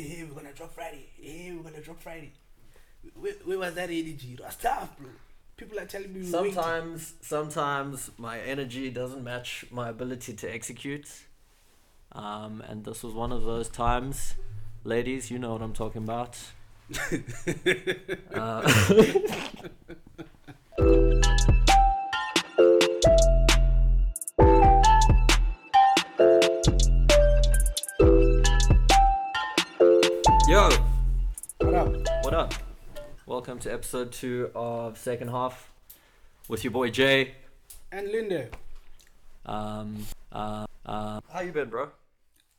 hey, we're gonna drop Friday. Hey, we're gonna drop Friday. Where, where was that energy? It was tough, bro. People are telling me we waiting. Sometimes, sometimes my energy doesn't match my ability to execute. Um, and this was one of those times. Ladies, you know what I'm talking about. uh, Yo, What up? what up? Welcome to episode two of second half with your boy Jay. And Linda. Um, uh, uh, how you been, bro?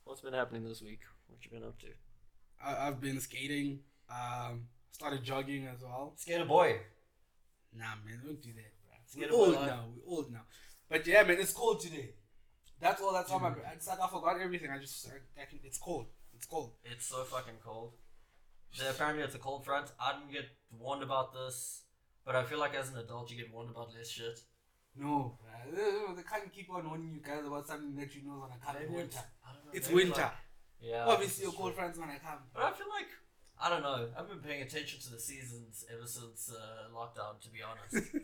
What's been happening this week? What you been up to? I, I've been skating. Um, started jogging as well. Skater boy. Nah, man, don't do that, bro. Get We're a old boy. now. We're old now. But yeah, man, it's cold today. That's all. That's all my. Mm. It's like I forgot everything. I just. I, I can, it's cold. It's cold. It's so fucking cold. Yeah, apparently it's a cold front. I didn't get warned about this, but I feel like as an adult you get warned about less shit. No, bruh. they can't keep on warning you guys about something that you know is gonna come in winter. I don't know, It's maybe winter. like- uh, yeah. Obviously, your it's cold true. front's gonna come. But I feel like I don't know. I've been paying attention to the seasons ever since uh, lockdown. To be honest,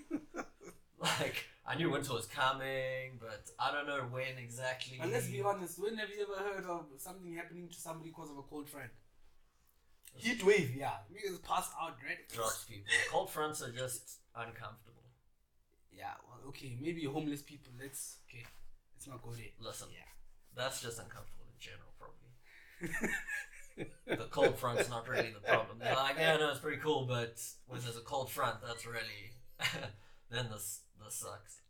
like I knew winter was coming, but I don't know when exactly. And let's be honest, when have you ever heard of something happening to somebody because of a cold front? Heat wave, yeah. Niggas pass out, right? Drugs people. Cold fronts are just uncomfortable. Yeah, well, okay, maybe homeless people. Let's, okay, let's not go there. Listen, Yeah. that's just uncomfortable in general, probably. the cold front's not really the problem. They're like, yeah, no, it's pretty cool, but when there's a cold front, that's really then this this sucks.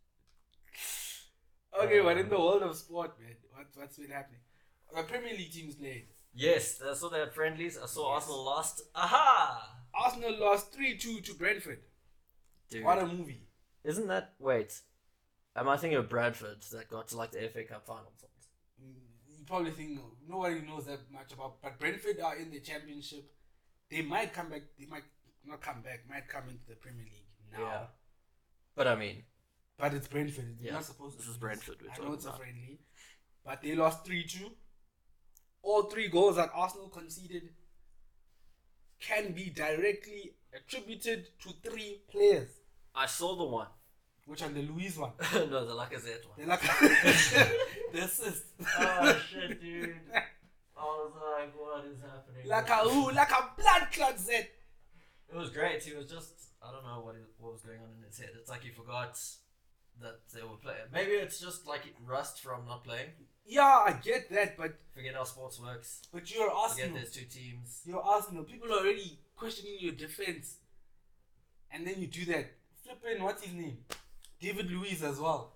Okay, but in the world of sport, man, what, what's been happening? Um, The Premier League teams played. Yes, I saw they had friendlies. I saw Yes. Arsenal lost. Aha! Arsenal lost 3 2 to Brentford. Dude, What a movie. isn't that wait? Am I thinking of Bradford that got to like the FA Cup final? Mm, You probably think nobody knows that much about, but Brentford are in the championship. They might come back, they might not come back, might come into the Premier League now. Yeah. But I mean, But it's Brentford. They're Yeah, not supposed to. this is lose. Brentford we're I know talking it's a about. friendly, but they lost three two. All three goals that Arsenal conceded can be directly attributed to three players, I saw the one. which are the Luis one, no, the Lacazette one. the Lac- the assist, oh shit, dude. I was like, what is happening? like a ooh, like a blood clot Z. It was great. He was just, I don't know what, he, what was going on in his head. It's like he forgot that they were playing. Maybe it's just like rust from not playing. Yeah, I get that, but Forget how sports works. but you're Arsenal. Forget there's two teams. You're Arsenal. People are already questioning your defense, and then you do that. Flipping, what's his name? David Luiz as well.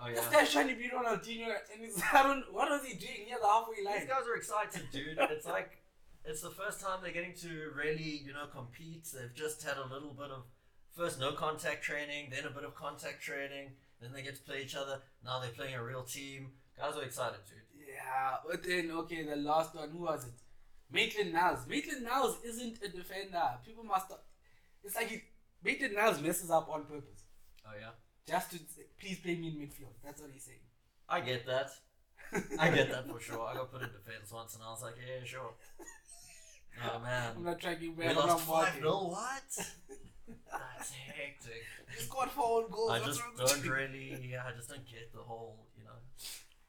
Oh This yeah. guy's trying to be Ronaldinho, and he's, I don't. What was he doing near the halfway These line? guys are excited, dude. It's like it's the first time they're getting to really, you know, compete. They've just had a little bit of first no contact training, then a bit of contact training, then they get to play each other. Now they're playing a real team. Guys are excited, dude. Yeah, but then okay, the last one. Who was it? Maitland Niles. Maitland Niles isn't a defender. People must. It's like he, Maitland Niles messes up on purpose, Oh yeah. just to say, please play me in midfield. That's what he's saying. I get that. I get that for sure. I got put in defense once and I was like, yeah, sure. Oh I'm man. not tracking We back. I'm lost not 5 watching. 0. What? That's hectic. He scored four own goals. I What's just wrong with don't you? really, yeah, I just don't get the whole, you know,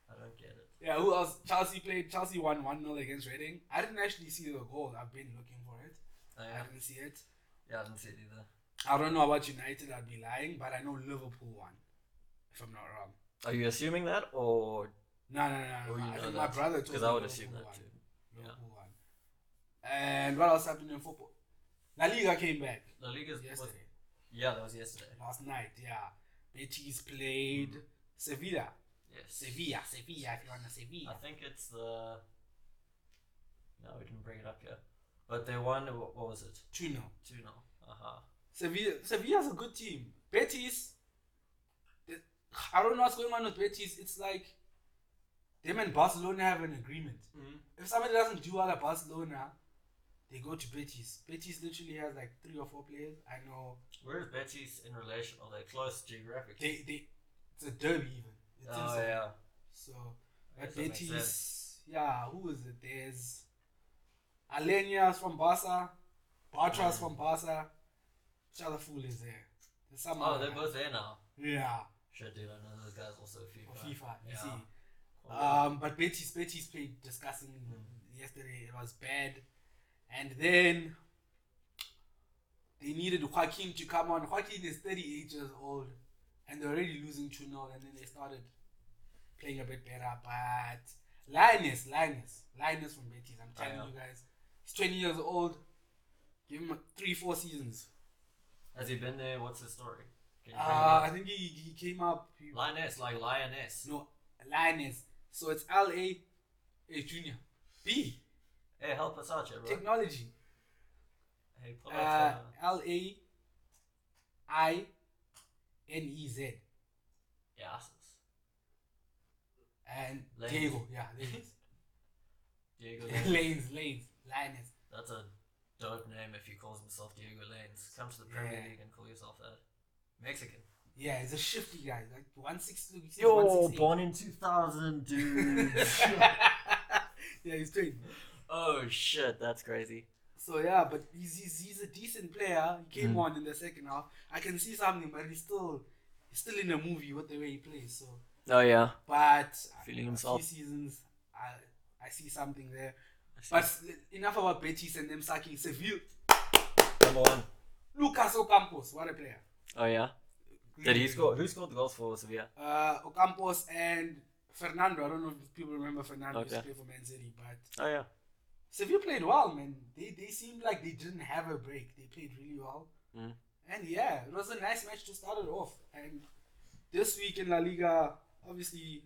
I don't get it. Yeah, who else? Chelsea played. Chelsea won one 0 against Reading. I didn't actually see the goal. I've been looking for it. Oh, I yeah. didn't see it. yeah, I didn't see it either. I don't know about United, I'd be lying, but I know Liverpool won, if I'm not wrong. Are you assuming that or No, no, no, Oh, no. no. Uh, you I know think my that. brother told because me I would Liverpool assume that won. too. yeah. Liverpool won. And what else happened in football? La Liga came back La Liga's was, yesterday, yeah, that was yesterday. last night, yeah. Betis played Mm. Sevilla. Yes. Sevilla, Sevilla, if you want to I Sevilla. think it's the. No, we didn't bring it up here, but they won. What what was it? 2 0. Two 0 Aha. Sevilla, Sevilla's a good team. Betis, the- I don't know what's going on with Betis. It's like them and Barcelona have an agreement. if somebody doesn't do well at Barcelona, they go to Betis. Betis literally has like three or four players. I know Where is Betis in relation? Are they close geographically? they they it's a derby even. It's oh inside. yeah. So I but guess that makes sense. Betis, yeah, who is it? There's Alenia's from Barca, Bartra's Mm. from Barca. Which other fool is there? There's some Oh, other they're guy. both there now. yeah Shit, dude, I know those guys also for FIFA. Oh, FIFA. You Yeah. see, Well, um, but Betis Betis played discussing yesterday. It was bad, and then they needed Joaquin to come on. Joaquin is 38 years old, and they're already losing 2 0 and then they started playing a bit better. But Linus, Linus, Linus from Betis. I'm Oh, telling yeah. you guys, he's 20 years old. Give him three, four seasons. has he been there? What's his story? Can you Uh, I bring it think he, he came up. he- up? lioness, like lioness. No, Linus. So it's L A A Junior. B Hey, help us out, yeah, bro. technology. Hey, pull Uh, out the- L A I N E Z yeah, asses. and Lanes. Diego. Yeah, there Diego. it is. Lanes. Lanes, Lanes, Linus. That's a dope name if he calls himself Diego Lanes. Come to the Premier Yeah. League and call yourself that. Mexican. Yeah, he's a shifty guy. Like one six. he's Yo, 168. born in 2000, dude. yeah, he's great. oh, shit, that's crazy. So yeah, but he's, he's he's a decent player. He came Mm. on in the second half. I can see something, but he's still he's still in the movie with the way he plays. So. Oh, yeah. but uh, Feeling a himself. few seasons, I I see something there. But s- enough about Betis and them sucking Seville. Number one. Lucas Ocampos, what a player! Oh, yeah. Did he Really score? good. Who scored the goals for Sevilla? Uh, Ocampos and Fernando. I don't know if people remember Fernando used to Okay. play for Man City, but Oh yeah. Seville played well, man. They they seemed like they didn't have a break. They played really well, Mm. and yeah, it was a nice match to start it off. And this week in La Liga, obviously,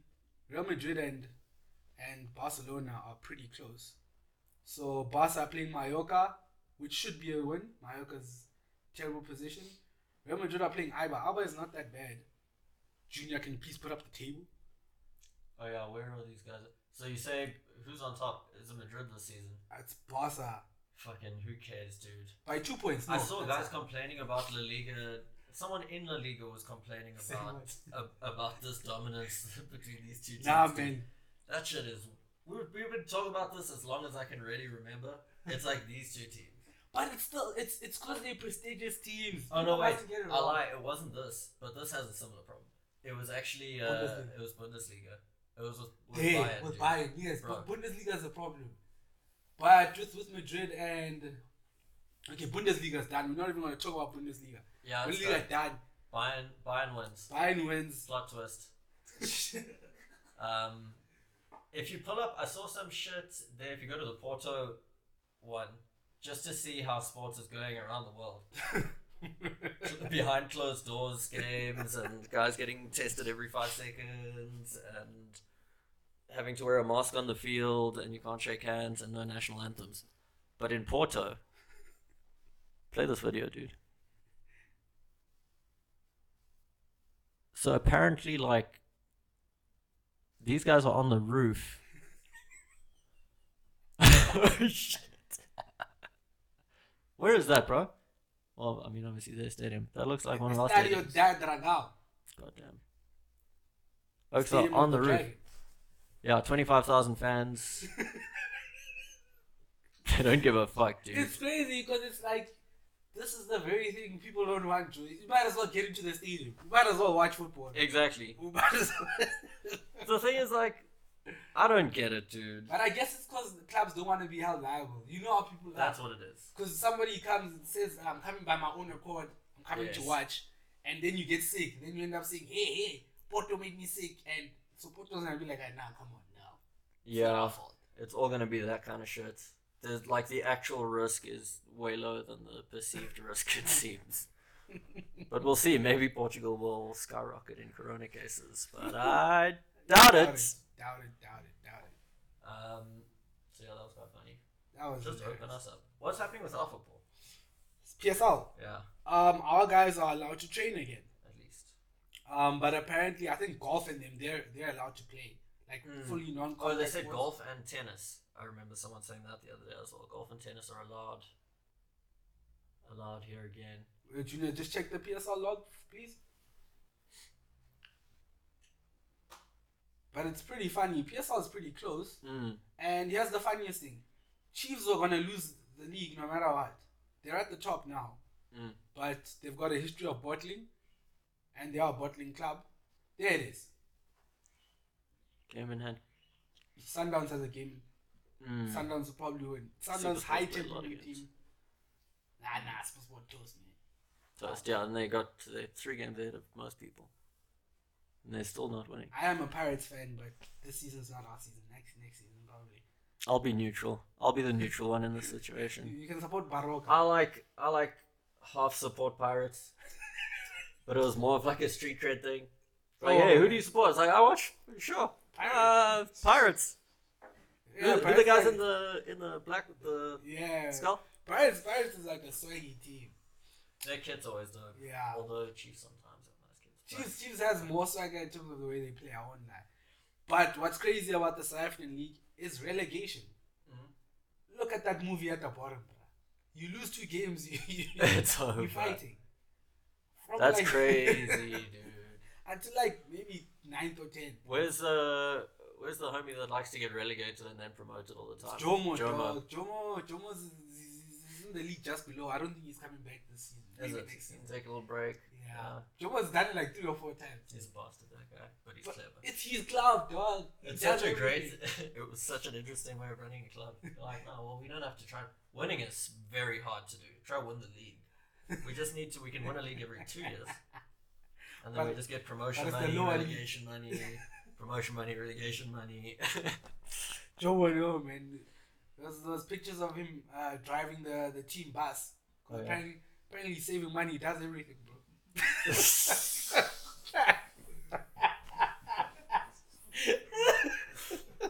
Real Madrid and and Barcelona are pretty close. So Barca are playing Mallorca, which should be a win. Mallorca's terrible position. Real Madrid are playing Iba. Iba is not that bad. Junior, can you please put up the table? Oh yeah. Where are these guys? So you say who's on top? Is it Madrid this season? It's Barca Fucking who cares, dude? by two points. I No, saw that's- guys complaining about La Liga. Someone in La Liga was complaining Say about ab- about this dominance between these two teams. Nah, dude. man. That shit is. we- We've been talking about this as long as I can really remember. It's like these two teams. But it's still it's it's because they're prestigious teams. Oh no, People like wait. to get it I wrong. lie. It wasn't this, but this has a similar problem. It was actually uh, Bundesliga. it was Bundesliga. It was with, with Hey, Bayern. with dude. Bayern, yes, Bro. but Bundesliga is a problem. But with with Madrid and okay, Bundesliga's done. We're not even going to talk about Bundesliga. Yeah, it's Bundesliga done. Bayern Bayern wins. Bayern wins. Plot twist. Um, if you pull up, I saw some shit there. If you go to the Porto one, just to see how sports is going around the world, behind closed doors games and guys getting tested every five seconds and having to wear a mask on the field and you can't shake hands and no national anthems. But in Porto, play this video, dude. So apparently, like, these guys are on the roof. oh, shit. Where is that, bro? Well, I mean, obviously their stadium. That looks like one of our Estadio stadiums. da Dragão. Goddamn. Oaks are Stadium of on the roof. Dragon. Yeah, 25,000 fans. they don't give a fuck, dude. It's crazy because it's like this is the very thing people don't want to. You might as well get into the stadium. You might as well watch football. Exactly. You might as well. The thing is, like, I don't get it, dude. but I guess it's because clubs don't want to be held liable. You know how people are. That's what it is. because somebody comes and says, "I'm coming by my own accord. I'm coming to Yes. watch," and then you get sick. Then you end up saying, "Hey, hey, Porto made me sick," and so Porto's gonna be like, "Ah, "Nah, come on, now." Yeah, it's all gonna be that kind of shit. There's like the actual risk is way lower than the perceived risk it seems. But we'll see. Maybe Portugal will skyrocket in corona cases, but I doubt Doubt it. it. Doubt it. Doubt it. Doubt it. Um, so yeah, that was quite funny. That was Just hilarious. open us up. What's happening with our football? PSL. Yeah, Um, our guys are allowed to train again. at least. Um, but apparently, I think golf and them they're they're allowed to play like Mm. fully non. Oh, they said golf and tennis. I remember someone saying that the other day as well. Golf and tennis are allowed. Allowed here again. Junior, just check the PSL log, please. But it's pretty funny. PSL is pretty close. Mm. Hmm. And here's the funniest thing. Chiefs are gonna lose the league no matter what. They're at the top now, Mm. but they've got a history of bottling, and they are a bottling club. There it is. Game in hand. Sundowns has a game. Mm. Sundowns will probably win. Super Sundowns Sports high play a lot of tempo games. team. Nah, nah, Super Sport toast me. So it's down, and they got to the three games ahead of most people, and they're still not winning. I am a Pirates fan, but this season's not our season. Next next season probably. I'll be neutral. I'll be the neutral one in this situation. You, you can support Baroka. I like I like half support pirates, but it was more of like a street cred thing. Like, Oh. hey, who do you support? It's like I watch sure pirates. Uh, pirates. Who- Yeah, who the Pirates guys fan- in the in the black with the yeah. skull? Pirates Pirates is like a swaggy team. Their kids always do. Yeah. Although Chiefs sometimes have nice kids. Chiefs, Chiefs has more swagger in terms of the way they play. I won't lie. But what's crazy about the South African league is relegation. Mhm. Look at that movie at the bottom, bruh. You lose two games, you, you, It's over. you're fighting. From That's like- crazy, dude. until like maybe ninth or tenth. Where's the Where's the homie that likes to get relegated and then promoted all the time? Jomo, Jomo. dog. Jomo, Jomo's is- is is in the league just below. I don't think he's coming back this season. Is Maybe it? next season. Take a little break. Yeah. Jomo's done it like three or four times. He's a bastard, that guy, but he's But clever. it's his club, dog. He It's does such a great. everything. it was such an interesting way of running a club. You're Like, no, well, we don't have to try. Winning is very hard to do. Try win the league. We just need to. We can win a league every two years, and then we But- just get promotion but it's the money, lower relegation money, promotion money, relegation money. Jomo, no man. Those those pictures of him uh, driving the, the team bus. 'Cause Oh, yeah. apparently, apparently he's saving money. He does everything, bro.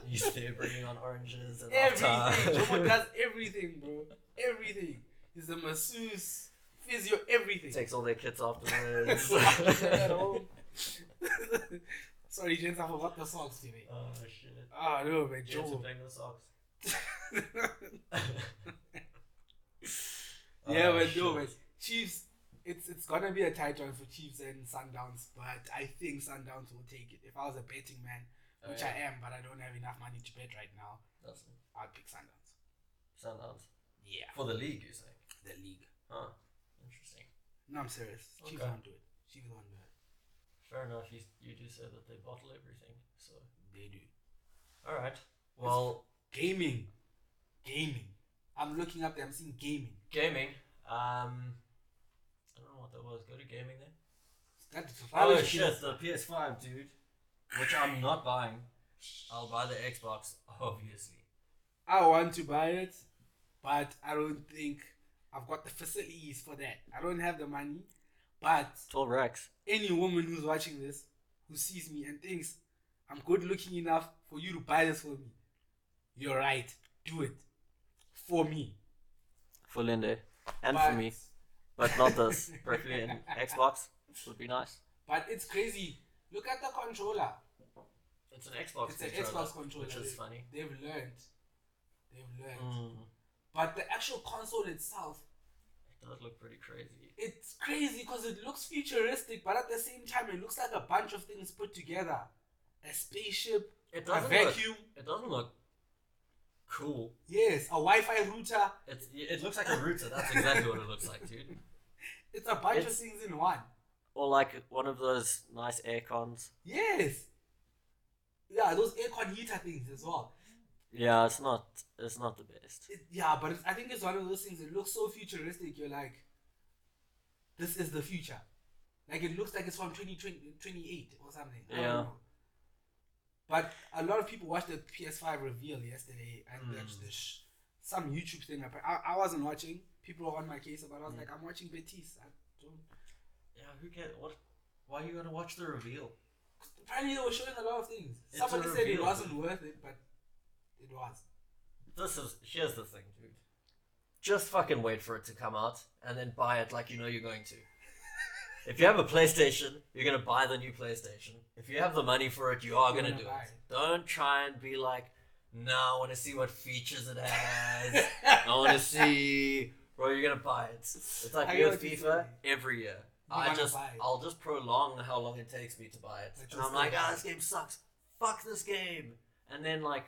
He's there bringing on oranges and everything. Jomo after. does everything, bro. Everything. He's a masseuse, physio, everything. Takes all their kids afterwards. at home. Sorry, gents, I forgot the songs today. oh shit! Ah, no, man, You have to Jomo. bang the socks. yeah, Oh, but no, shit. man. Chiefs, it's it's gonna be a tight one for Chiefs and Sundowns, but I think Sundowns will take it. If I was a betting man, Oh, which yeah. I am, but I don't have enough money to bet right now, That's I'd pick Sundowns. Sundowns. Yeah, For the league, you say? the league. Huh. Interesting. No, I'm serious. Chiefs Okay. won't do it. Chiefs won't do it. Fair enough. You, you do say that they bottle everything. So. They do. All right. Well, Gaming, gaming. I'm looking up there. I'm seeing gaming. gaming. Um, I don't know what that was. Go to gaming then. That's Oh shit! The PS5, dude. Which I'm not buying. I'll buy the Xbox, obviously. I want to buy it, but I don't think I've got the facilities for that. I don't have the money. But Twelve Rex. any woman who's watching this, who sees me and thinks I'm good looking enough for you to buy this for me, you're right. Do it for me for Linde and But- for me, but not this. Preferably an Xbox would be nice. But it's crazy. Look at the controller. It's an Xbox. it's an Xbox controller. which is They've- funny. Mm. They've learned. They've learned. But the actual console itself, It does look pretty crazy. it's crazy because it looks futuristic, but at the same time, it looks like a bunch of things put together. A spaceship, It a doesn't look. vacuum, It doesn't look cool. yes, a Wi-Fi router. It's, it looks like a router. That's exactly what it looks like, dude. It's a bunch It's- of things in one. Or like one of those nice air cons. Yes. Yeah, those aircon heater things as well. Yeah, it's not. It's not the best. It, yeah, but it's, I think it's one of those things. It looks so futuristic. You're like, this is the future. Like it looks like it's from 2020, 28 or something. I Yeah. don't know. But a lot of people watched the PS5 reveal yesterday, and Mm. there's this sh- some YouTube thing. appa- I, I wasn't watching. People were on my case, but I Mm. was like, I'm watching Betis. I don't. Yeah, who cares? What? Why are you gonna watch the reveal? Apparently, they were showing a lot of things. It's a Somebody said it reveal, wasn't dude. worth it, but it was. This is here's the thing, dude. Just fucking wait for it to come out and then buy it like you know you're going to. if you have a PlayStation, you're gonna buy the new PlayStation. If you have the money for it, you are You're gonna, gonna do buy it. it. Don't try and be like, no, I wanna see what features it has. I wanna see bro, you're gonna buy it. It's I like get you with what you're FIFA saying. every year. You're I gonna just buy it. I'll just prolong how long it takes me to buy it. But And you're I'm like, still ah, buying this game sucks. Fuck this game. And then like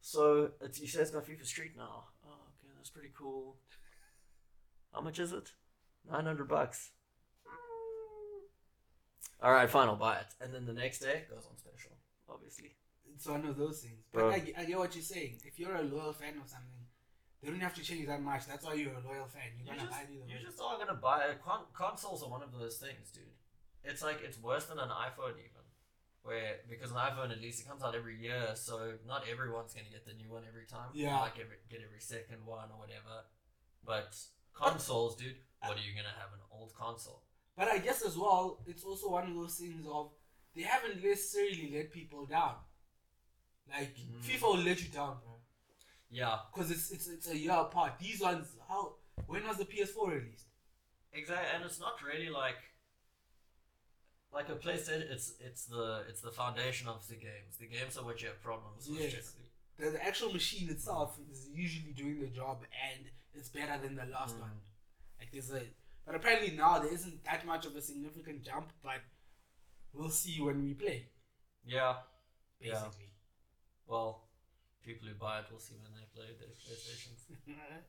So it's, you say it's got FIFA Street now. Oh, okay, that's pretty cool. How much is it? Nine hundred bucks. All right, fine, I'll buy it. And then the next day it goes on special, obviously. It's one of those things. But Bro. I, ge- I get what you're saying. If you're a loyal fan of something, they don't have to change that much. That's why you're a loyal fan. You're You gonna just, buy the you just are gonna buy it. Con- consoles are one of those things, dude. It's like it's worse than an iPhone even, where because an iPhone at least it comes out every year, so not everyone's gonna get the new one every time. You Yeah. like every, get every second one or whatever. But consoles, dude, what are you gonna have an old console? But I guess as well, it's also one of those things of they haven't necessarily let people down. Like Mhm. FIFA will let you down, bro. Yeah, Because it's, it's it's a year apart. These ones, how when was the PS4 released? exactly. And it's not really like like a PlayStation. It's it's the it's the foundation of the games. The games are what you have problems with Yes. generally. The, the actual machine itself is usually doing the job, and it's better than the last Mm. one. Like there's a, but apparently now there isn't that much of a significant jump. But we'll see when we play. Yeah. Yeah. Basically, Well, people who buy it will see when they play their PlayStations. I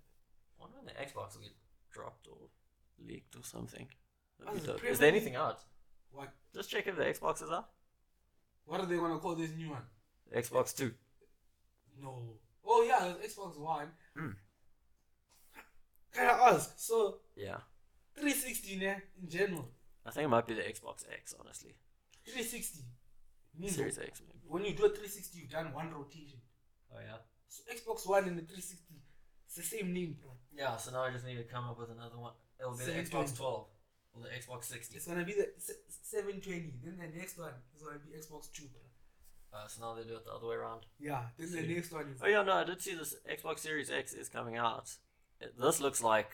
wonder when the Xbox will get dropped or leaked or something. That'd be Oh, dope. pre- Is there anything out? what Just check if the Xbox is out. what are they gonna call this new one? The Xbox Two. No. Oh yeah, there's Xbox One. Mm. Can I ask? So Yeah, 360 ne, in general, I think it might be the Xbox X. Honestly, 360 means Series X. Maybe. when you do a 360, you've done one rotation. Oh yeah. So Xbox One and the 360, it's the same name, bro. Yeah. So now I just need to come up with another one. It'll be the Seven Xbox twenty. Twelve or the Xbox Sixty. It's gonna be the se- 720. Then the next one is gonna be Xbox Two, bro. Uh, so now they do it the other way around. Yeah. Then the See. next one is Oh yeah, no, I did see this Xbox Series X is coming out. It- This looks like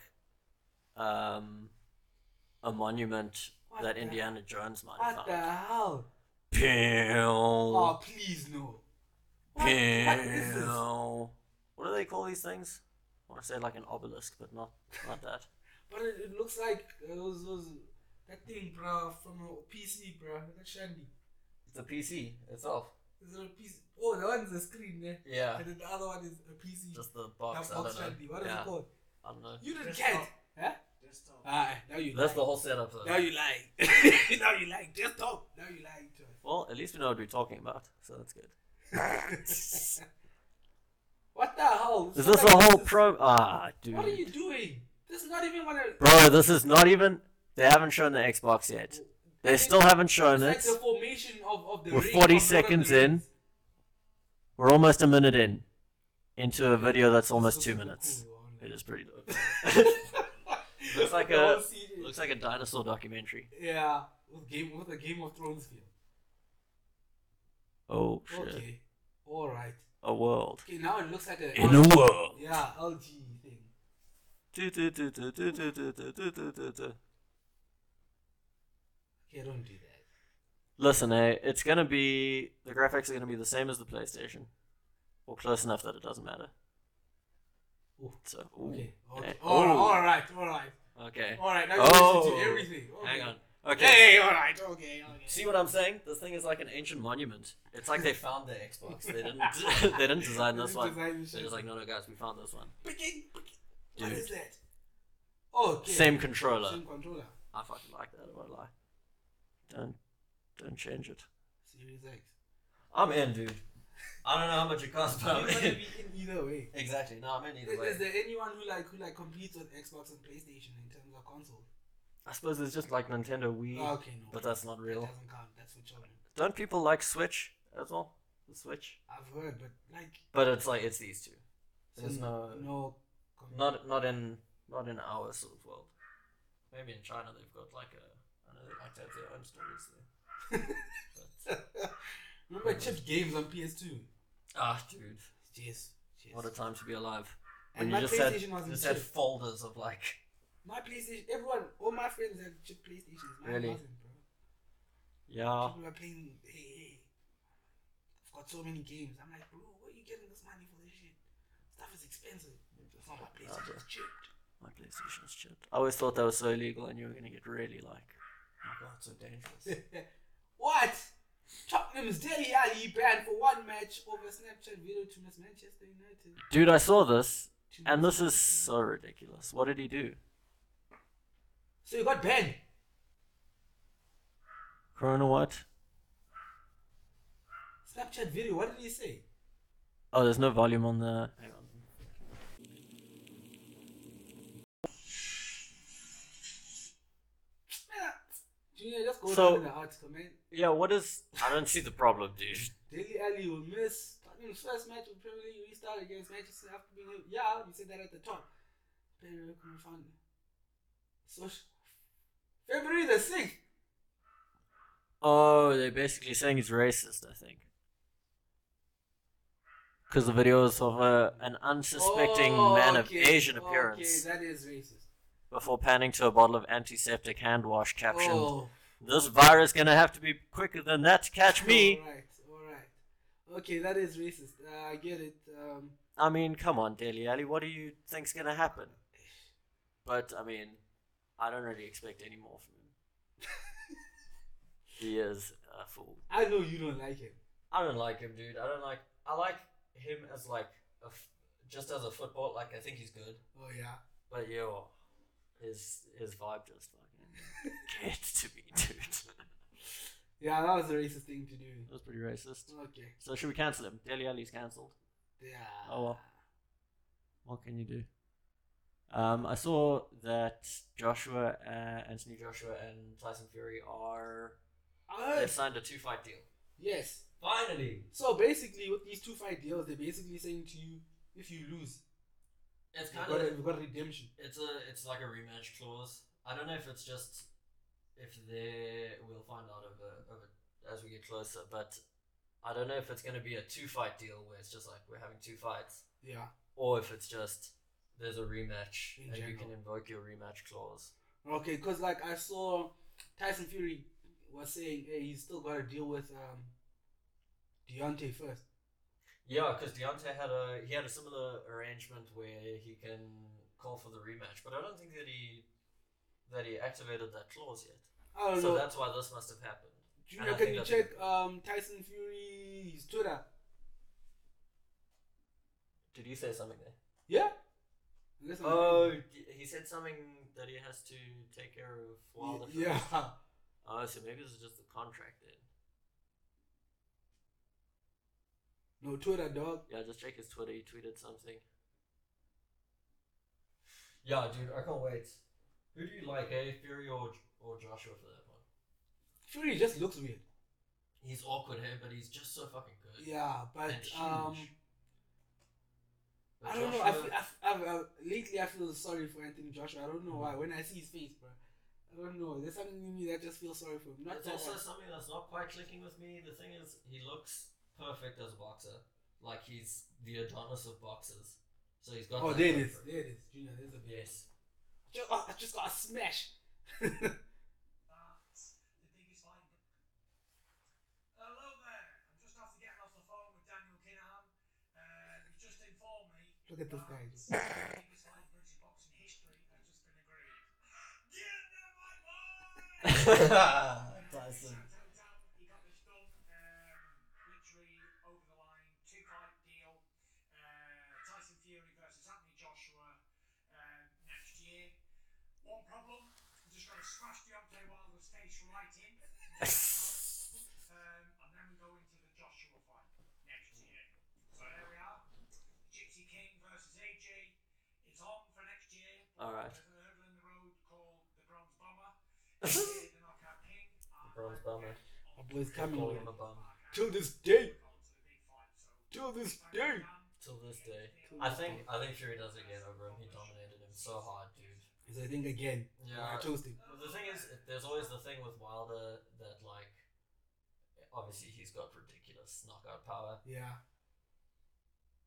um, a monument What that the- Indiana Jones might have what the found. hell? Pew, Oh please no. What, what is this? pew. What do they call these things? I want to say like an obelisk, but not not that. But it, it looks like uh, those, those that thing, bro, from a PC, bro. That shandy. It's a PC itself. Is it a PC? Oh, that one's a screen, yeah. Yeah, And then the other one is a PC. just the that box. I box don't know. shandy. What is yeah, it called? I don't know. You didn't Desktop. get. it. Huh? Desktop. Ah, now you. That's lying. the whole setup. Though. Now you lying. now you lying. Just stop. Now you lying to Well, at least we know what we're talking about, so that's good. us. what the hell? Is What this the a hell whole this? pro? Ah, dude. What are you doing? This is not even what I. Bro, this is not even. They haven't shown the Xbox yet. They still haven't shown It's like it. the formation of, of the. We're ring 40 of Lord of the seconds in. Rings. We're almost a minute in into a video that's almost This two is minutes. cool, It honestly. is pretty dope. looks Looks like a- Looks like a dinosaur documentary. yeah with game with a Game of Thrones feel. Oh shit! Okay, all right. A world Okay, now it looks like a in a world. yeah LG thing. Do, do, do, do, do, do, do, do, do, do, do, do. Okay, don't do that. Listen, eh? It's gonna be the graphics are gonna be the same as the PlayStation, or close enough that it doesn't matter. Ooh. So ooh. Okay, okay. Eh, All, ooh. all right, all right, Okay. all right. Now you Oh. listen to everything. Okay. Hang on. Okay. Okay. Hey, all right. Okay. Okay. See what I'm saying? This thing is like an ancient monument. It's like they found the Xbox. They didn't. they didn't design this one. Design this They're shit. just like, no, no, guys, we found this one. Picking, picking. What Dude. is that? Okay. Same controller. Same controller. I fucking like that. I won't lie. Don't, don't change it. Series X. I'm in, dude. I don't know how much it costs, but You're I'm gonna in. be in either way. Exactly. No, I'm in either Is way. there anyone who like who like competes with Xbox and PlayStation in terms of console? I suppose it's just like Nintendo Wii, Oh, okay, no. but that's not that real. doesn't count. That's for children. Don't people like Switch as well? The Switch, I've heard, but like, but it's like it's these two. so There's no, no. com- not not in not in our sort of world. Maybe in China they've got like a I know they like to have their own stories there. but, Remember chipped games on PS2? ah, dude, Yes. yes. what a time to be alive. And When my you just had PlayStation wasn't just had chipped. folders of like My PlayStation. Everyone, all my friends had chipped PlayStations. Mine Really? wasn't, bro. yeah. People are playing. Hey, hey. I've got so many games. I'm like, bro, where are you getting this money for this shit? Stuff is expensive. It's not my PlayStation. It's chipped. My PlayStation's chipped. I always thought that was so illegal, and you were gonna get really like, oh my god, so dangerous. what? Tottenham's Deli Ali banned for one match over Snapchat video to Miss Manchester United. Dude, I saw this, To and Miss this is Manchester so ridiculous. What did he do? United. So you got banned. Corona what? Snapchat video, what did he say? Oh, there's no volume on the. Hang on. Man, Junior, just go So- so, the article, man. Yeah, what is? I don't see the problem, dude. Deli Ali will miss Tottenham's first match with Premier League restart against Manchester after being yeah, you said that at the top. Premier League couldn't find it. So February the sixth. Oh, they're basically saying he's racist. I think because the video is of a, an unsuspecting man of Asian appearance Oh, Okay, that is racist. before panning to a bottle of antiseptic hand wash captioned, Oh, "This virus gonna have to be quicker than that to catch me." All right, all right. Okay, that is racist. Uh, I get it. Um, I mean, come on, Daily Alley, what do you think's gonna happen? But I mean, I don't really expect any more from him. he is a fool. I know you don't like it. I don't like him, dude. I don't like. I like him as like a f- just as a football. Like I think he's good, Oh yeah. but yo, his his vibe just fucking gets to me, dude. Yeah, that was a racist thing to do. that was pretty racist. Okay. So should we cancel him? Deli Ali's cancelled. Yeah. Oh, well. What can you do? Um, I saw that Joshua, uh, Anthony Joshua, and Tyson Fury are Uh, they've signed a two fight deal. yes. Finally, So basically, with these two fight deals, they're basically saying to you, if you lose, you've it's kind got, of a, you've got a redemption. It's a it's like a rematch clause. I don't know if it's just if they we'll find out over over as we get closer, but I don't know if it's going to be a two fight deal where it's just like we're having two fights, Yeah. or if it's just there's a rematch In and you general. can invoke your rematch clause. Okay, because like I saw Tyson Fury was saying, hey, he's still got to deal with um, Deontay first. Yeah, because Deontay had a he had a similar arrangement where he can call for the rematch, but I don't think that he that he activated that clause yet. I don't So know. that's why this must have happened. Junior, I can think you that's- check um, Tyson Fury's Twitter? Did you say something there? Yeah. Unless I'm- Oh, d- he said something that he has to take care of while the Y- yeah. Oh, so maybe this is just the contract then. No Twitter, dog. Yeah, just check his Twitter. He tweeted something. Yeah, dude, I can't wait. Who do you like, eh? Fury or or Joshua for that one? Fury just looks weird. He's awkward, eh? But he's just so fucking good. Yeah, but And huge. um, But I don't know. I Joshua- feel, I f- I've, uh, lately I feel sorry for Anthony Joshua. I don't know why. When I see his face, bro, I don't know. There's something in me that just feels sorry for him. Not It's that also I- something that's not quite clicking with me. The thing is, he looks perfect as a boxer. Like he's the Adonis of boxers. So he's got. Oh, that there it going is. for him. There it is. Junior, there's a bit. Yes. Just, oh, I just got a smash. the thing is like, hello there. I'm just after getting off the phone with Daniel Kinnahan. Uh, he's just informed me. Look at this that guy. the biggest live British boxing history has just been agreed. Get them, my boy! Tyson. He got this done, um, literally over the line, two fight deal. Uh, Tyson Fury versus Anthony Joshua uh, next Um, year. One problem, I'm just going to smash Deontay Wilder's face right in. Um, and then we go into the Joshua fight next year. So there we are. Gypsy King versus AJ. It's on for next year. All right. There's a hurdle in the road called the Bronze Bomber. AJ the Knockout King. and Bronze bomber. My boy's coming. Call bro. him a bum. Till this day. we're on to the big fight. So Till this thank day. you, Dan. Till this day. Till I this think day. I think Fury does it again over him. He dominated him so hard, dude. It's a thing again. I Yeah. toast him. Well, the thing is, there's always the thing with Wilder that like, obviously he's got ridiculous knockout power, Yeah.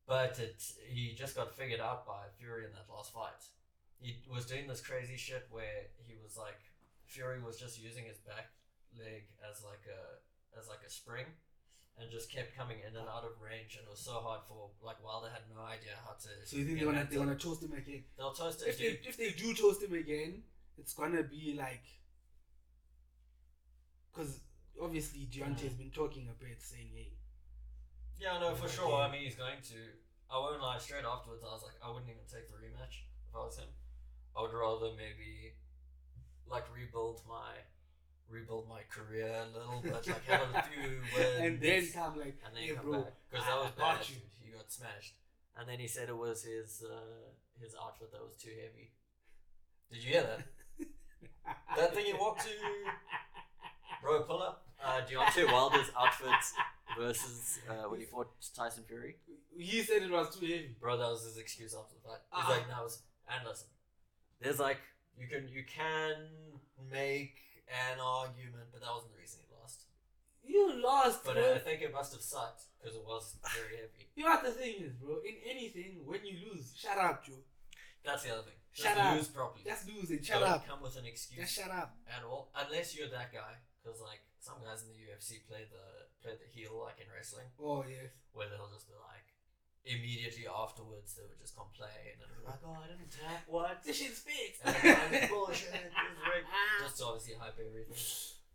but it he just got figured out by Fury in that last fight. He was doing this crazy shit where he was like, Fury was just using his back leg as like a as like a spring, and just kept coming in and out of range, and it was so hard for like Wilder had no idea how to. So you think get they're gonna at they're it. gonna toast him again? They'll toast it. If they dude. if they do toast him again, it's gonna be like, cause obviously Deontay has been talking a bit, saying, "Hey, Yeah, no, for Yeah. sure. I mean, he's going to. I won't lie. Straight afterwards, I was like, I wouldn't even take the rematch if I was him. I would rather maybe, like, rebuild my, rebuild my career a little bit, like have a few wins, and then come like, and then hey, come bro, back because I- that I was got bad. you. He got smashed, and then he said it was his uh, his outfit that was too heavy. Did you hear that? That thing he walked to, bro, pull up. Uh, Deontay Wilder's outfit versus uh, when he fought Tyson Fury. He said it was too heavy. Bro, that was his excuse after the fight. He's Ah. like, no, it's, and listen, there's like you can you can make an argument, but that wasn't the reason he lost. You lost, But bro. I think it must have sucked because it was very heavy. you know what the thing is, bro? In anything, when you lose, shut up, Joe. That's the other thing. Just Shut up. lose properly. Just lose and Don't shut up. Come with an Just excuse shut up. at all, unless you're that guy. Because like some guys in the UFC play the play the heel like in wrestling. Oh yes. where they'll just be like, immediately afterwards they would just complain and be like, oh, I didn't tap, what? This shit's fixed. And I'm like, bullshit, this is rigged." Just to obviously hype everything.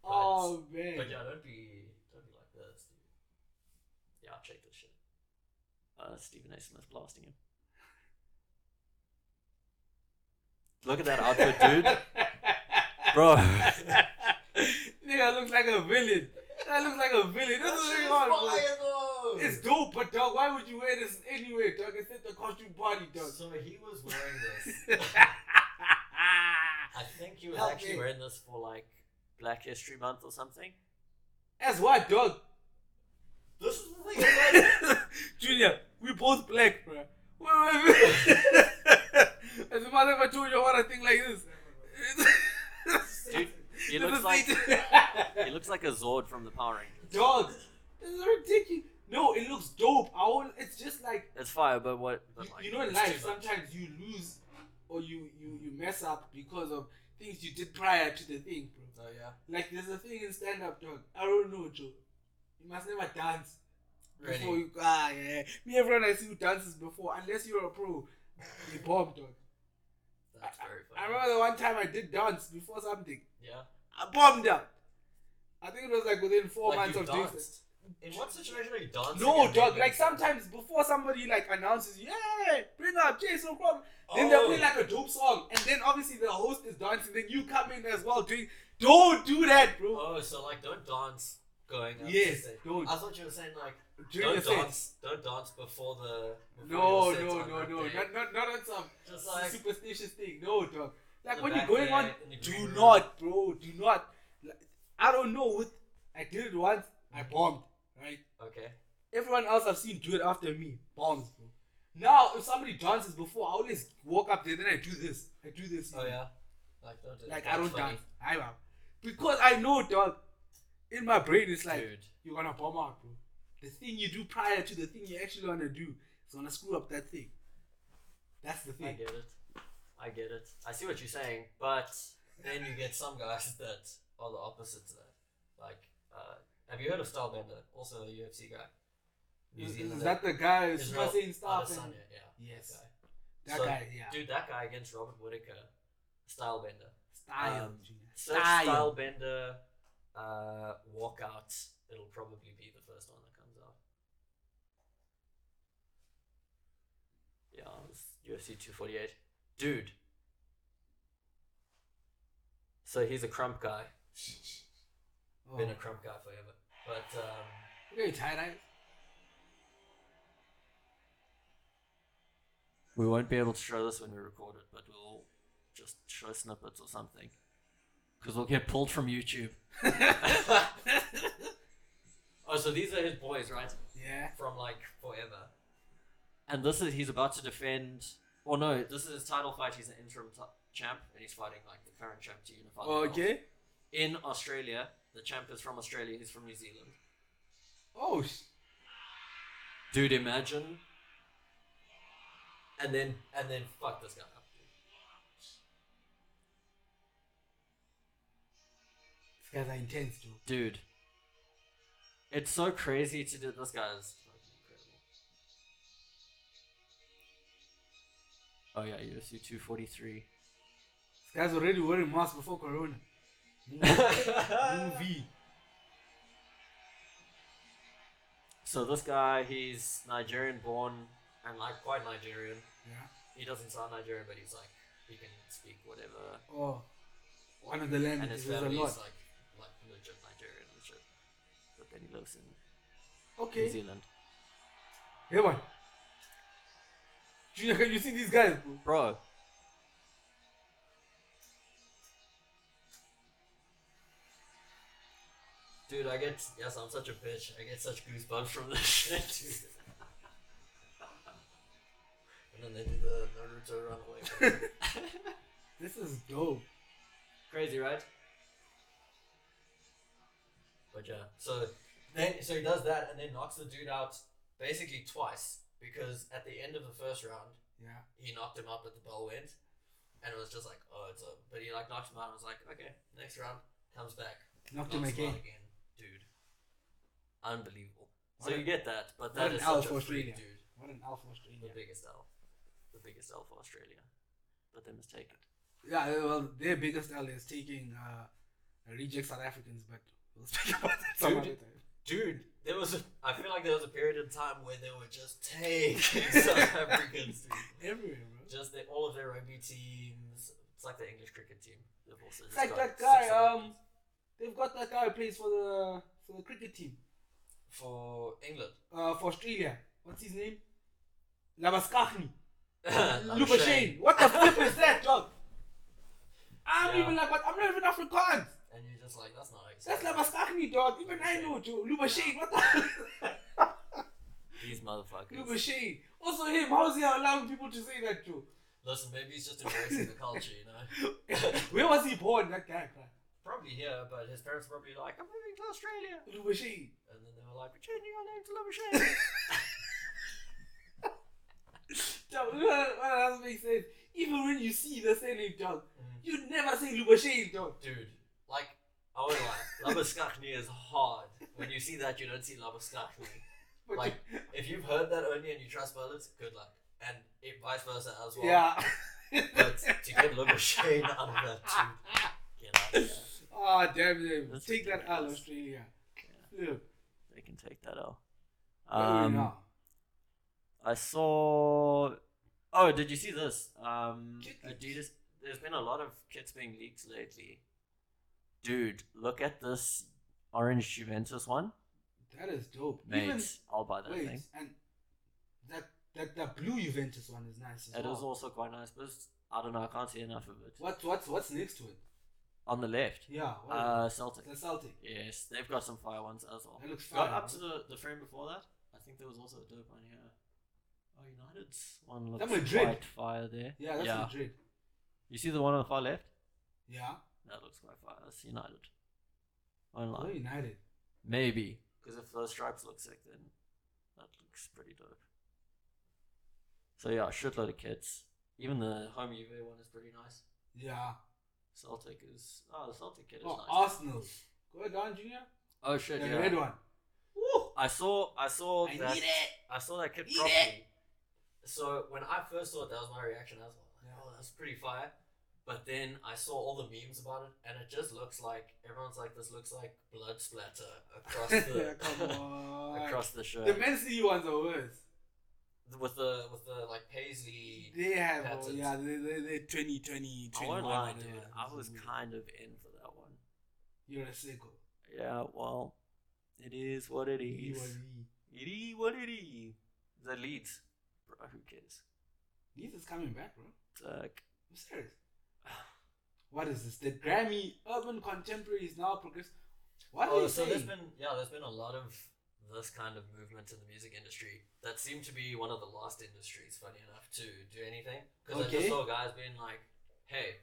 oh man. But yeah, don't be, don't be like this, dude. Yeah, I'll check this shit. Uh, Stephen A. Smith blasting him. Look at that outfit, dude. Bro. Nigga looks like a villain. That looks like a villain. This is really hard, bro. though! It's dope, but dog, why would you wear this anyway, dog? It's at the costume party, dog. So he was wearing this. I think he was Help actually me. wearing this for like Black History Month or something. That's what, dog. This is the Junior, we both black, bro. Wait, wait, wait. Has the mother ever told you about a thing like this? Dude, he looks like he looks like a Zord from the Power Rangers. dog. This is ridiculous. No, it looks dope. I will, it's just like It's fire, but what? But you, like, you know in it's life too much. sometimes you lose or you, you you mess up because of things you did prior to the thing, bro. Oh yeah, Like there's a thing in stand up, dog. I don't know, Joe. You must never dance before really? you ah yeah. Me everyone I see who dances before, unless you're a pro, you bomb, dog. That's very I funny. remember the one time I did dance before something. Yeah, I bombed out. I think it was like within four like months you of doing this. danced. In what situation are you dancing? No, and dog. moving? Like sometimes before somebody like announces, yeah, bring up Jason Crowder, then Oh. they'll play like a dope song, and then obviously the host is dancing, then you come in as well doing. Don't do that, bro. Oh, so like don't dance going. Up Yes, to stage. don't. I thought you were saying like During don't the set. dance, don't dance before the. Before No, your set no, on no, that no, day. not not not on some Just like superstitious thing. No, dog. Like The when you're back going there on, in the do green room. not, bro, do not. Like, I don't know. With I did it once, I bombed. Right. okay. Everyone else I've seen do it after me bombs, bro. Now if somebody dances before, I always walk up there. Then I do this. I do this. Oh yeah, like don't do Like that. I don't That's funny. dance. I am because I know, dog. In my brain, it's like Dude. you're gonna bomb out, bro. The thing you do prior to the thing you actually wanna do is gonna screw up that thing. That's the I thing. get it. I get it. I see what you're saying, but then you get some guys that are the opposite to that. Like, uh, have you heard of Stylebender? Also a UFC guy. New Is, Zealander. is that the guy who's Israel Super Saiyan stuff? And, Adesanya, yeah. Yes. that that guy. So, guy, yeah. Dude, that guy against Robert Whitaker, Stylebender. Style. um, Junior. Search style. Stylebender uh, walkout. It'll probably be the first one that comes out. Yeah, it's UFC 248. Dude. So he's a crump guy. Oh. Been a crump guy forever. But um, Okay, tie dye. we won't be able to show this when we record it, but we'll just show snippets or something. Because we'll get pulled from YouTube. oh, so these are his boys, right? Yeah. from like forever. And this is he's about to defend. Or no, this is his title fight. He's an interim t- champ, and he's fighting like the current champ to unify. the belt. okay. In Australia, the champ is from Australia. He's from New Zealand. Oh, sh- Dude, imagine. And then and then fuck this guy up. these guys are intense, too. Dude. It's so crazy to do. This guy is fucking incredible. Oh yeah, UFC 243. This guy's already wearing masks before Corona. Movie. So this guy, he's Nigerian born and like quite Nigerian. Yeah. He doesn't sound Nigerian, but he's like he can speak whatever. Oh, one of the And languages is his a family lot. is like like legit Nigerian and shit. But then he lives in New okay. Zealand. Hey, man. Junior, can you see these guys, bro? Bro. Dude, I get yes, I'm such a bitch. I get such goosebumps from this shit, dude. and then they do the Naruto runaway. This is dope. Crazy, right? But yeah, so then so he does that and then knocks the dude out basically twice because at the end of the first round Yeah. he knocked him out, but the bell went, and it was just like oh it's over. But he like knocked him out and was like okay next round comes back Knocked knocks him again. out again dude unbelievable. What so a- you get that, what but an that is L such for a freak, Australia. dude. What an alpha The Australia. biggest L, the biggest L for Australia, but they mistake it. Yeah, eh, well, their biggest L is taking uh, reject South Africans, but we'll speak about that some Dude. other time. Dude, there was a, I feel like there was a period of time where they were just taking South Africans. Dude. Everywhere, bro. Just the, all of their rugby teams. It's like the English cricket team. They've also It's just like got that six guy. South Um, Africans. they've got that guy who plays for the for the cricket team. for England. Uh, for Australia. What's his name? Labaskachni. Like Luba Shane. What the flip is that, dog? I'm Yeah. even like, what? I'm not even Afrikaans. And you're just like, that's not how you say That's it. Labaskachni, dog. Even I know, Joe. Luba Shane. What the? These Luba motherfuckers. Shane. Also him. How is he allowing people to say that, Joe? Listen, maybe he's just embracing the culture, you know? Where was he born, that guy, man? Probably here, but his parents were probably like, I'm moving to Australia. Luba Shane. And then they were like, we're changing our name to Luba Shane. Dog, that that doesn't make sense. Even when you see the surname, dog, Mm. you never say Luba Shane, dog. Dude, like, I won't lie, Labaskakni is hard. When you see that, you don't see Labaskakni. But Like, if you've heard that only and you try spell it, good luck. And it, vice versa as well. yeah. But to get Labashane out of that, dude, get out of there. Ah, damn them. That's Take that out, ridiculous. Australia. Look, They can take that out. oh, Um, no. I saw. Oh, did you see this? Um, Kit leaks. Adidas. There's been a lot of kits being leaked lately. Dude, look at this orange Juventus one. That is dope. Mate, Even I'll buy that wait, thing. and that that that blue Juventus one is nice as It is well. also quite nice, but it's- I don't know. I can't see enough of it. What Oh. what's what's next to it? On the left, Yeah, what uh, Celtic. the Celtic. Yes, they've got some fire ones as well. That looks Got fire. up to the, the frame before that. I think there was also a dope one here. Oh, United's one looks Madrid. quite fire there. yeah, that's yeah. Madrid. You see the one on the far left? Yeah, That looks quite fire. That's United. Online. we're United. Maybe. Because if those stripes look sick, then that looks pretty dope. So yeah, shitload of kits. Even the home UV one is pretty nice. Yeah. Celtic is oh the Celtic kit is Oh, nice. Arsenal. Go down, Junior. oh shit, the yeah. red one. Woo! I saw I saw I that need it. I saw that kid Eat properly. So when I first saw it, that was my reaction as well. Like, Yeah. Oh, that's pretty fire. But then I saw all the memes about it, and it just looks like everyone's like, "This looks like blood splatter across Come the on. across the shirt." The Man City ones are worse. with the with the like paisley. They have, oh, Patterns. yeah, they, they, they're 20, 20, I 21. won't lie, whatever. dude. I was Mm-hmm. kind of in for that one. You're a sicko. Yeah, well, it is what it You is. are me. It is what it is. The leads, bro. Who cares? Leeds is coming back, bro. It's like I'm serious. What is this? The Grammy Urban Contemporary is now progress. What are oh, you so saying? there's been yeah, there's been a lot of this kind of movement in the music industry that seemed to be one of the last industries, funny enough, to do anything. Because I Okay. just saw guys being like, "Hey,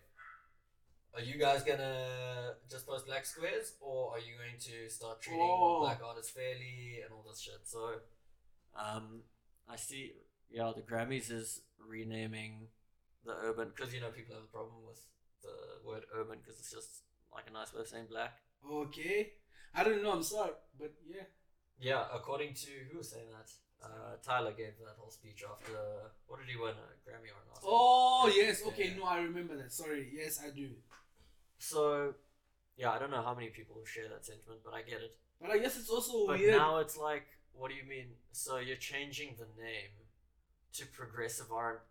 are you guys gonna just post black squares, or are you going to start treating Oh. black artists fairly and all this shit?" So, um, I see. Yeah, the Grammys is renaming the urban because you know people have a problem with the word urban because it's just like a nice way of saying black. Okay. I don't know, I'm sorry. But yeah. Yeah, according to who was saying that? Uh, Tyler gave that whole speech after what did he win a Grammy or not? Oh, yes. Okay, Yeah. no, I remember that. Sorry. Yes, I do. So, yeah, I don't know how many people share that sentiment, but I get it. But I guess it's also But weird. now it's like what do you mean? So you're changing the name to Progressive R.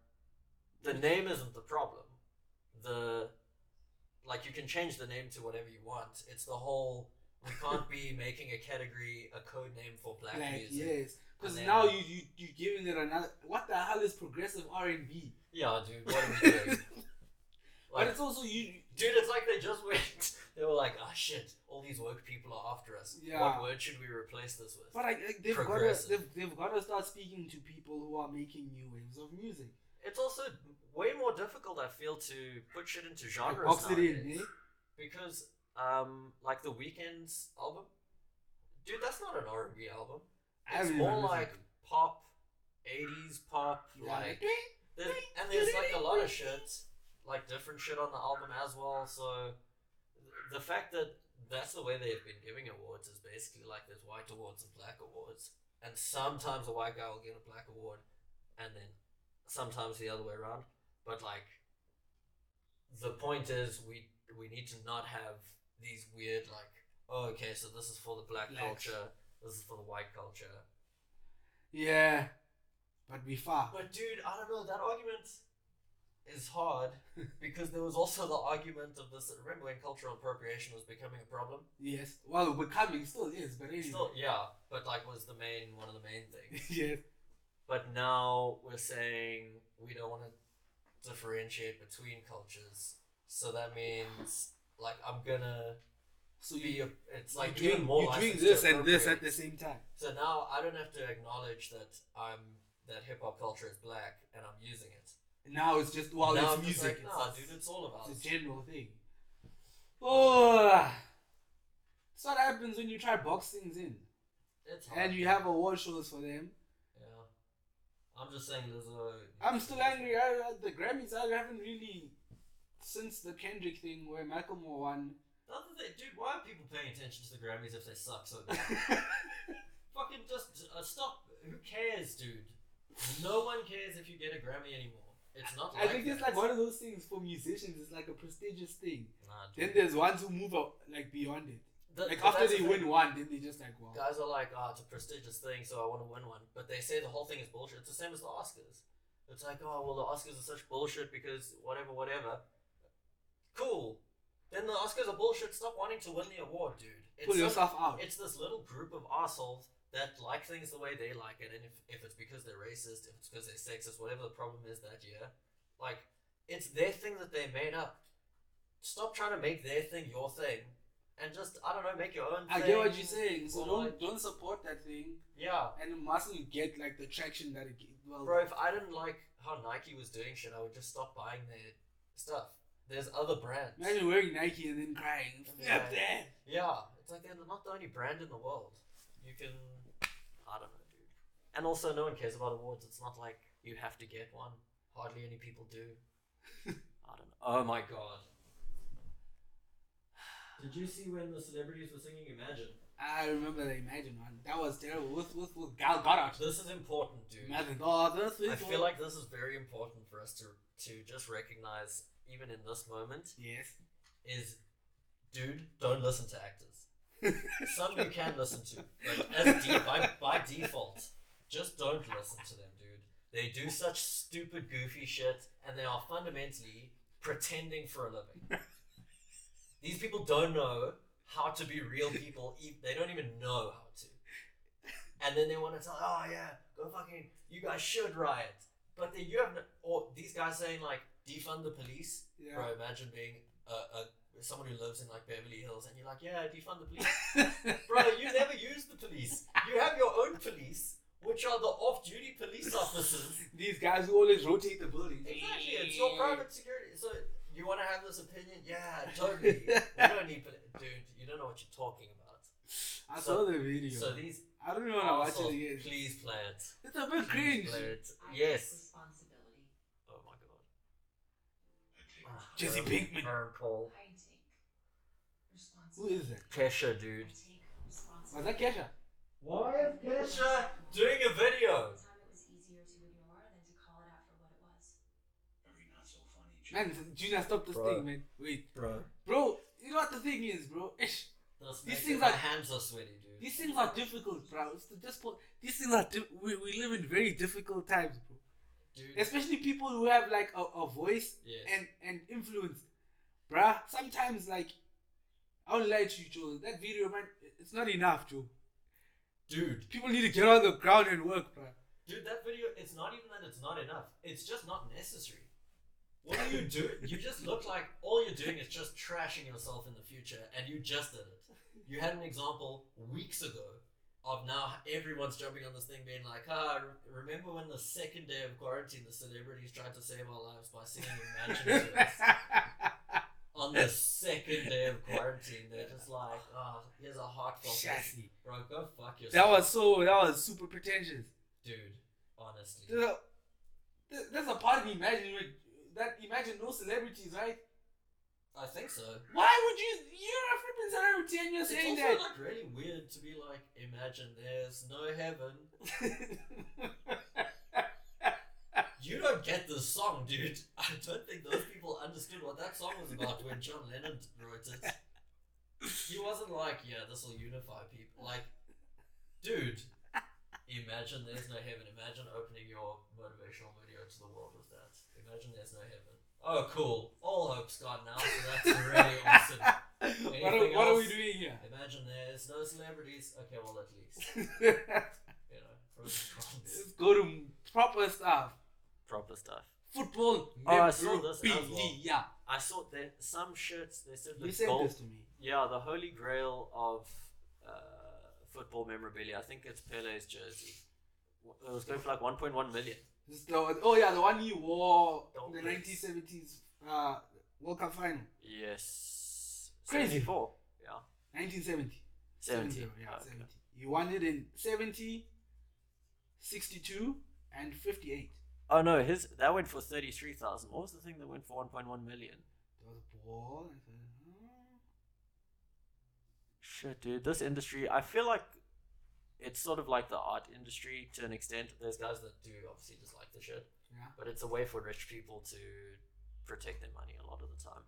The name isn't the problem. The like you can change the name to whatever you want. It's the whole we can't be making a category a code name for black, Like, music. yes. Because And then- now you, you, you're giving it another. What the hell is progressive R&B? Yeah, dude, what are we doing? But Like, it's also you. dude, it's like they just went. They were like, ah, shit, all these woke people are after us. Yeah. What word should we replace this with? But I, like, they've got to Progressive. they've, they've got to start speaking to people who are making new waves of music. It's also way more difficult, I feel, to put shit into Like, genres box it in, nowadays. eh? because, um, like the Weeknd's album, dude, that's not an R and B album. I It's haven't more even listened like pop, eighties pop, to it. Yeah, like like, eh? There's, and there's like a lot of shit, like different shit on the album as well. So th- the fact that that's the way they've been giving awards is basically like there's white awards and black awards, and sometimes a white guy will get a black award, and then sometimes the other way around. But like, the point is we we need to not have these weird like oh okay so this is for the black Blacks. culture, this is for the white culture. yeah. But we far. But dude, I don't know. That argument is hard because there was also the argument of this. Remember when cultural appropriation was becoming a problem? Yes. Well, becoming still is, but anyway. Still, yeah, but like was the main one of the main things. yes. But now we're saying we don't want to differentiate between cultures, so that means like I'm gonna So be. you, A, it's like you're doing, even more. you're doing license to this and this at appropriate. the same time. So now I don't have to acknowledge that I'm that hip hop culture is black and I'm using it. Now it's just well, now it's I'm just music. Like, nah, it's, dude, it's all about. it's a general thing. Oh, that's what happens when you try box things in, It's and you have award shows for them. Yeah. I'm just saying, there's a. I'm still angry. I, I- the Grammys, I haven't really since the Kendrick thing where Macklemore won. Other thing, dude, why are people paying attention to the Grammys if they suck so bad? Fucking just uh, stop. Who cares, dude? No one cares if you get a Grammy anymore. It's not. I think that. it's like one of those things for musicians. It's like a prestigious thing. Nah, dude. Then there's ones who move out, like beyond it. Th- Like but after that's they the win thing. one, then they just like wow. Guys are like, oh, it's a prestigious thing, so I want to win one. But they say the whole thing is bullshit. It's the same as the Oscars. It's like, oh, well, the Oscars are such bullshit because whatever, whatever. Cool. Then the Oscars are bullshit. Stop wanting to win the award, dude. It's Pull some- yourself out. It's this little group of assholes that like things the way they like it, and if, if it's because they're racist, if it's because they're sexist, whatever the problem is that year, like, it's their thing that they made up. Stop trying to make their thing your thing, and just, I don't know, make your own I thing. get what you're saying. So or don't like- don't support that thing, Yeah. and mustn't you get like the traction that it ge- well. Bro, if I didn't like how Nike was doing shit, I would just stop buying their stuff. There's other brands. Imagine wearing Nike and then crying. Yeah. Fuck that. Yeah, it's like they're not the only brand in the world. You can, I don't know, dude. And also, no one cares about awards. It's not like you have to get one. Hardly any people do. I don't know. Oh my god. Did you see when the celebrities were singing Imagine? I remember the Imagine one. That was terrible. With with with Gal Gadot. This is important, dude. Imagine. Oh, this I this feel one. like this is very important for us to to just recognize, even in this moment, yes. is, dude, don't listen to actors. Some you can listen to, but as de- by, by default, just don't listen to them, dude. They do such stupid, goofy shit, and they are fundamentally pretending for a living. These people don't know how to be real people. e- They don't even know how to. And then they want to tell, oh yeah, go fucking, you guys should riot. But then you have, no, or these guys saying like, defund the police. Yeah. Bro, imagine being a, a someone who lives in like Beverly Hills and you're like, yeah, defund the police. Bro, you never use the police. You have your own police, which are the off-duty police officers. These guys who always rotate the building. Exactly, it's your private security. So you want to have this opinion? Yeah, totally. we don't need, poli- dude. You don't know what you're talking about. I So- saw the video. So Oh, these I don't even want to watch assholes, it again. please play it. It's a bit Please cringe. play it. I take Yes. Responsibility. Oh my god. Ah, Jesse um, Pinkman. um, Paul. I take Who responsibility. is that? Kesha, dude. I take Was responsibility. that Kesha? Why is Kesha doing a video? Time it was easier to ignore than to call it out for what it was. Every not so funny joke. Man, Junior, stop this Bro. thing, man. Wait, Bro. bro. You know what the thing is, bro? Ish. This These makes things it- my are- hands are sweaty, dude. These things are difficult, bro. It's the, just po- these things are di- we, we live in very difficult times, bro. dude. Especially people who have like a, a voice Yes. and and influence, bruh. Sometimes like I will lie to you, Joe. That video, man, it's not enough, Joe. dude, People need to get on the ground and work, bruh. dude, that video. It's not even that it's not enough. It's just not necessary. What are you doing? You just look like all you're doing is just trashing yourself in the future, and you just did it. You had an example weeks ago of now everyone's jumping on this thing, being like, "Ah, re- remember when the second day of quarantine, the celebrities tried to save our lives by singing Imagine to us." on the second day of quarantine, they're just like, oh, here's a heartfelt message. Chassis. Bro, go fuck yourself. That was so. That was super pretentious. Dude, honestly. There's a, there- there's a part of me imagine with- that imagine no celebrities, right? I think so. Why would you? You're a flipping celebrity and you're It's saying also that. like really weird to be like, imagine there's no heaven. You don't get this song, dude. I don't think those people understood what that song was about when John Lennon wrote it. He wasn't like, yeah, this will unify people. Like, dude, imagine there's no heaven. Imagine opening your motivational video to the world with that. Imagine there's no heaven. Oh, cool. All hope's gone now, so that's really awesome. what are, Anything what are we else? doing here? Imagine there's no celebrities. Okay, well, at least. Let's You know, pros and cons. go to proper stuff. Proper stuff. Football. Oh, I saw this as well. memorabilia. I saw that some shirts, they said You the said gold this to me. Yeah, the holy grail of uh, football memorabilia. I think it's Pele's jersey. W- It was going for like 1.1 million. This is the one- oh yeah, the one he wore Don't in the miss. 1970s uh, World Cup final. Yes. Crazy. 74. Yeah. 1970. 70. 70, yeah, Okay. 70. He won it in 70, 62, and 58. Oh no, his that went for 33,000. What was the thing that went for 1.1 million? There was a ball. and so- Shit, dude. This industry, I feel like it's sort of like the art industry to an extent. There's guys that do obviously just like the shit, Yeah. but it's a way for rich people to protect their money a lot of the time.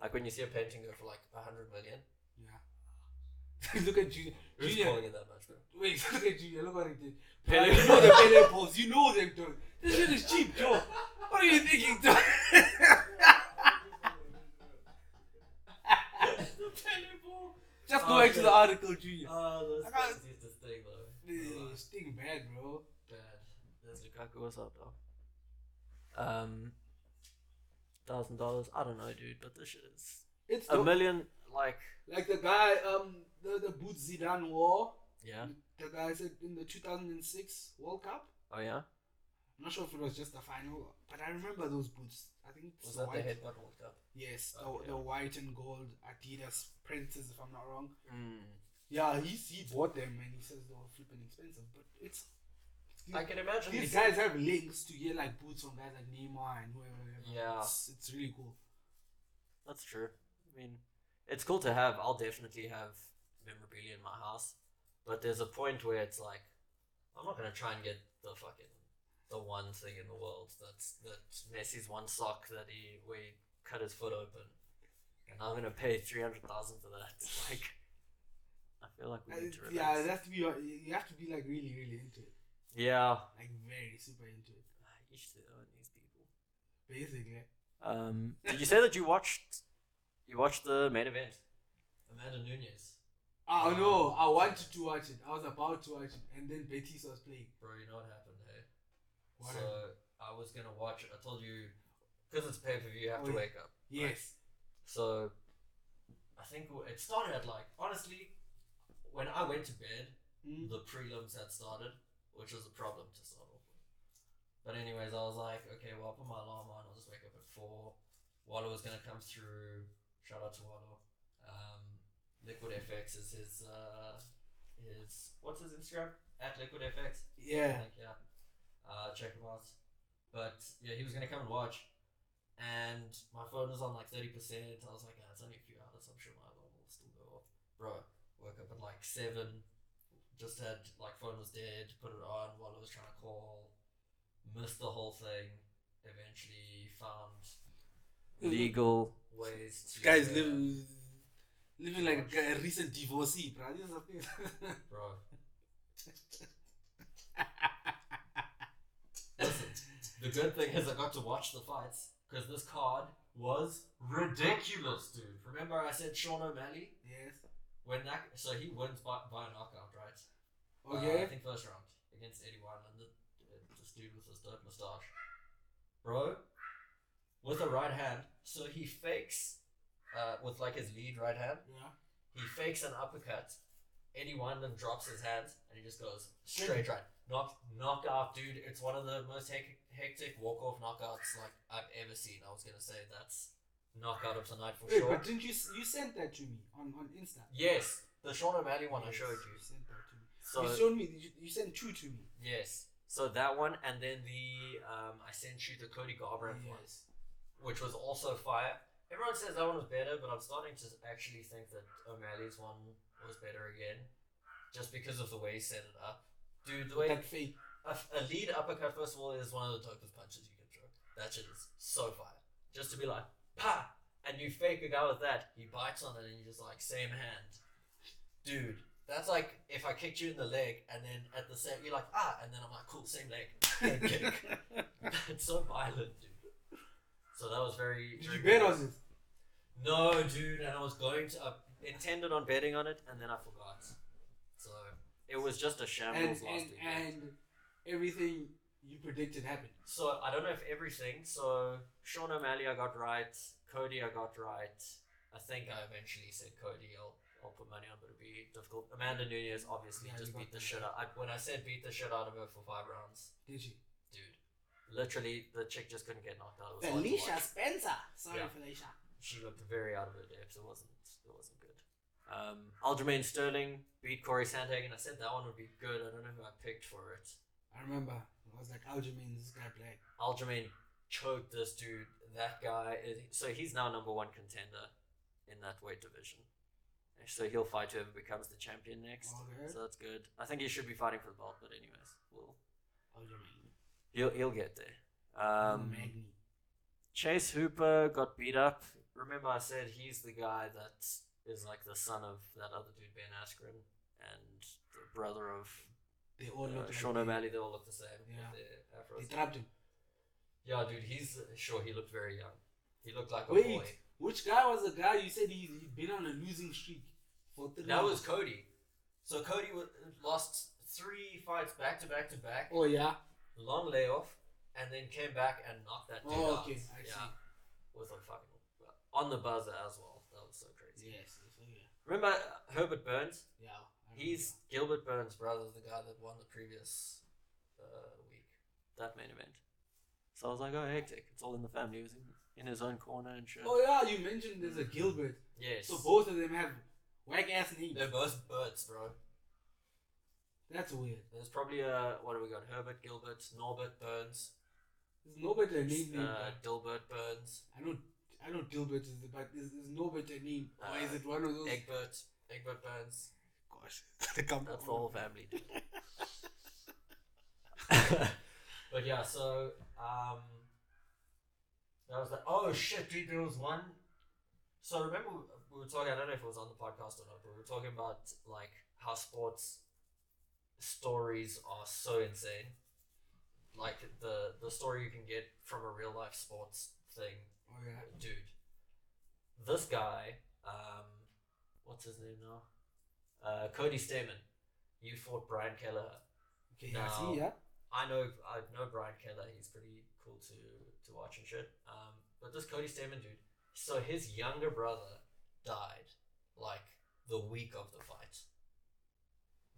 Like when you see a painting go for like 100 million, Yeah. look at Junior. Who's Junior. calling it that much, bro? Wait, look at Junior. Look what he did. Pele. you know the Pele balls. You know them, dog. This shit is cheap, Joe. What are you thinking, dog? Just go back to the article, Junior. Oh, I can't- that's this thing though. This thing bad, bro. bad. There's Lukaku. What's up, dog? Um, thousand dollars. I don't know, dude, but this shit is It's a dope. million. Like, like the guy, um, the, the boots Zidane wore. yeah. The guy said in the 2006 World Cup. Oh yeah. I'm not sure if it was just the final, but I remember those boots. I think it's Was that the white. headbutt World Cup? Yes, Oh, the, yeah. the white and gold Adidas Princes, if I'm not wrong. Hmm. Yeah, he he bought them and he says they were flipping expensive, but it's I can imagine. these because- guys have links to get like boots from guys like Neymar and whoever. whoever. Yeah. it's, it's really cool. That's true. I mean, it's cool to have. I'll definitely have memorabilia in my house, but there's a point where it's like, I'm not gonna try and get the fucking the one thing in the world that's that Messi's one sock that he where he cut his foot open, and I'm gonna pay three hundred thousand for that. It's like, I feel like Uh, we need to yeah, relax. it has to be. uh, You have to be like really, really into it, Yeah, like very super into it. you should own these people. Basically, Um, did you say that you watched? You watched the main event. Amanda Nunez. oh no, I wanted to watch it. I was about to watch it, and then Betis was playing. Bro, you know what happened, hey? What so happened? I was gonna watch it. I told you, because it's pay per view, you have Oh, to yeah. wake up. right? Yes, So I think w- it started at like honestly, when I went to bed, Mm. the prelims had started, which was a problem to start off with. But anyways, I was like, okay, well, I'll put my alarm on. I'll just wake up at four. Wallo was gonna come through. Shout out to Wallo. Um, Liquid FX is his uh, his what's his Instagram at Liquid FX. yeah. Like, yeah. Uh, check him out. But yeah, he was gonna come and watch, and my phone was on like thirty percent. I was like, ah, it's only a few hours. I'm sure my alarm will still go off. Bro, woke up at like seven. Just had like phone was dead. Put it on while I was trying to call. Missed the whole thing. Eventually found Mm. legal ways to Guys uh, live Living like a, a recent divorcee, bro. These are things. bro. Listen, the good thing is I got to watch the fights because this card was ridiculous, dude. Remember I said Sean O'Malley yes. when that so he wins by, by knockout, right? Uh, I Okay. think first round against Eddie Wineland. th- uh, This dude with his dope moustache. Bro, with a right hand. So he fakes, uh, with like his lead right hand, yeah. he fakes an uppercut. Eddie Wineland drops his hands and he just goes straight right. Knock, knocked out, dude. It's one of the most hec- hectic walk off knockouts like I've ever seen. I was gonna say that's knockout of the night for Wait, sure. but didn't you s- you sent that to me on on Insta? Yes, the Sean O'Malley one I Yes, showed You you. sent that to me. So you showed me. You, you sent two to me. Yes. So that one, and then the um, I sent you the Cody Garbrandt one, Yes. which was also fire. Everyone says that one was better, but I'm starting to actually think that O'Malley's one was better again, just because of the way he set it up. Dude, the way That fake. a, a lead uppercut first of all is one of the dopest punches you can throw. That shit is so fire. Just to be like pa, and you fake a guy with that, he bites on it, and you just like same hand, dude. That's like if I kicked you in the leg, and then at the same, you're like ah, and then I'm like cool, same leg. Head kick. it's so violent, dude. So that was very. Did very you bet good. on this? No, dude, and I was going to. I intended on betting on it, and then I forgot. So it was just a And shambles last and, week. and everything you predicted happened. So I don't know if everything. So Sean O'Malley I got right. Cody I got right. I think I eventually said Cody. I'll I'll put money on, but it'd be difficult. Amanda Nunez obviously Yeah, you just got beat the that. shit out. I, when I said beat the shit out of her for five rounds, Did you? dude, literally the chick just couldn't get knocked out. It was hard to Felicia watch. Spencer. Sorry, Yeah. Felicia. She looked very out of her depth. It wasn't. It wasn't good. Um, Aljamain Sterling beat Corey Sandhagen. I said that one would be good. I don't know who I picked for it. I remember. I was like, Aljamain, this guy black. Aljamain choked this dude. That guy is so he's now number one contender in that weight division. So he'll fight whoever becomes the champion next. Okay. So that's good. I think he should be fighting for the belt, but anyways, we'll Aljamain. he'll he'll get there. Um, Magni. Chase Hooper got beat up. Remember, I said he's the guy that is like the son of that other dude Ben Askren and the brother of They all uh, look like Sean they- O'Malley. They all look the same. with Yeah. their afros. They trapped him. Yeah, dude, he's sure he looked very young. He looked like a Wait, Oh, boy. which guy was the guy you said he, he'd been on a losing streak for three That was years? Cody. So Cody wa- lost three fights back to back to back, Oh, yeah. long layoff, and then came back and knocked that dude Oh, out. okay. I yeah, was on fucking on the buzzer as well. That was so see. crazy. Yes. yes, oh, yeah. Remember uh, Herbert Burns? Yeah. I remember. He's Gilbert Burns' brother, the guy that won the previous uh, week. That main event. So I was like, oh hectic! It's all in the family. He was in, in his own corner and shit. Oh, yeah. You mentioned there's a Gilbert. Mm-hmm. Yes. So both of them have whack ass names. They're both birds, bro. That's weird. There's probably a what have we got? Herbert, Gilbert, Norbert Burns, There's no better name than uh, that. Dilbert Burns, I know. I know Dilbert is the but there's, there's no better name. or is Uh, it one of those? Egbert, Egbert Burns. Gosh, they come That's the all whole family. dude. but yeah, so um, that was like, oh shit, dude, there was one. So remember we- we were talking. I don't know if it was on the podcast or not, but we were talking about like how sports stories are so insane. Like the the story you can get from a real life sports thing Oh yeah. dude, this guy, um, what's his name now? Uh, Cody Stamen. You fought Brian Kelleher. Okay. Yeah. See. Now- Yeah. I know, I know Brian Keller. He's pretty cool to to watch and shit. Um, but this Cody Stamen dude. So his younger brother died, like the week of the fight.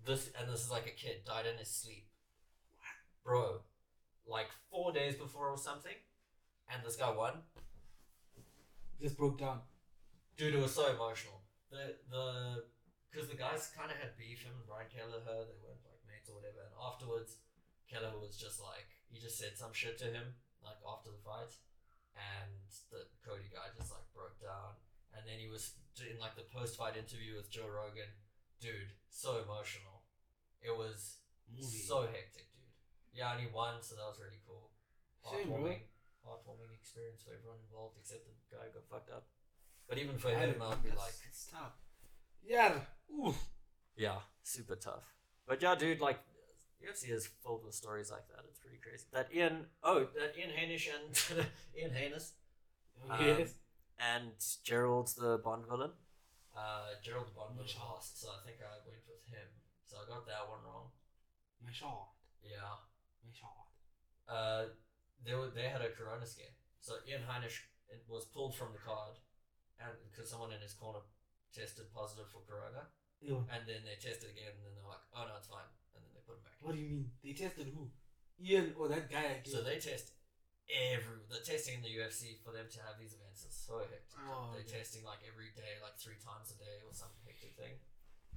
This and this is like a kid died in his sleep, bro. Like four days before or something, and this guy won. Just broke down. Dude, it was so emotional. The the because the guys kind of had beef. Him and Brian Kelleher, they weren't like mates or whatever. And afterwards, Kelleher was just like he just said some shit to him like after the fight, and the Cody guy just like broke down. And then he was in like the post fight interview with Joe Rogan. Dude, so emotional. It was Movie. so hectic, dude. Yeah, and he won, so that was really cool. Shame, bro. Heartwarming, heartwarming experience for everyone involved, except the guy who got fucked up. But even for I him, don't know, I'd be that's- like, it's tough. Yeah. Oof. Yeah, super tough. But yeah, dude, like UFC is filled with stories like that. It's pretty crazy. That Ian, oh, that Ian Hainish and Ian Hainis Um, Oh, yes. and Gerald's the Bond villain. Uh, Gerald the Bond villain Sure. passed, so I think I went with him. So I got that one wrong. My shot. Yeah. My shot. Uh, they were, they had a corona scare, so Ian Heinisch it was pulled from the card, and because someone in his corner tested positive for corona, Ew. and then they tested again, and then they're like, oh no, it's fine, and then they put him back. What do you mean? They tested who? Ian or that guy again? So they test every. They're testing in the UFC for them to have these events is so hectic. Oh, they're yeah. testing like every day, like three times a day or some hectic thing.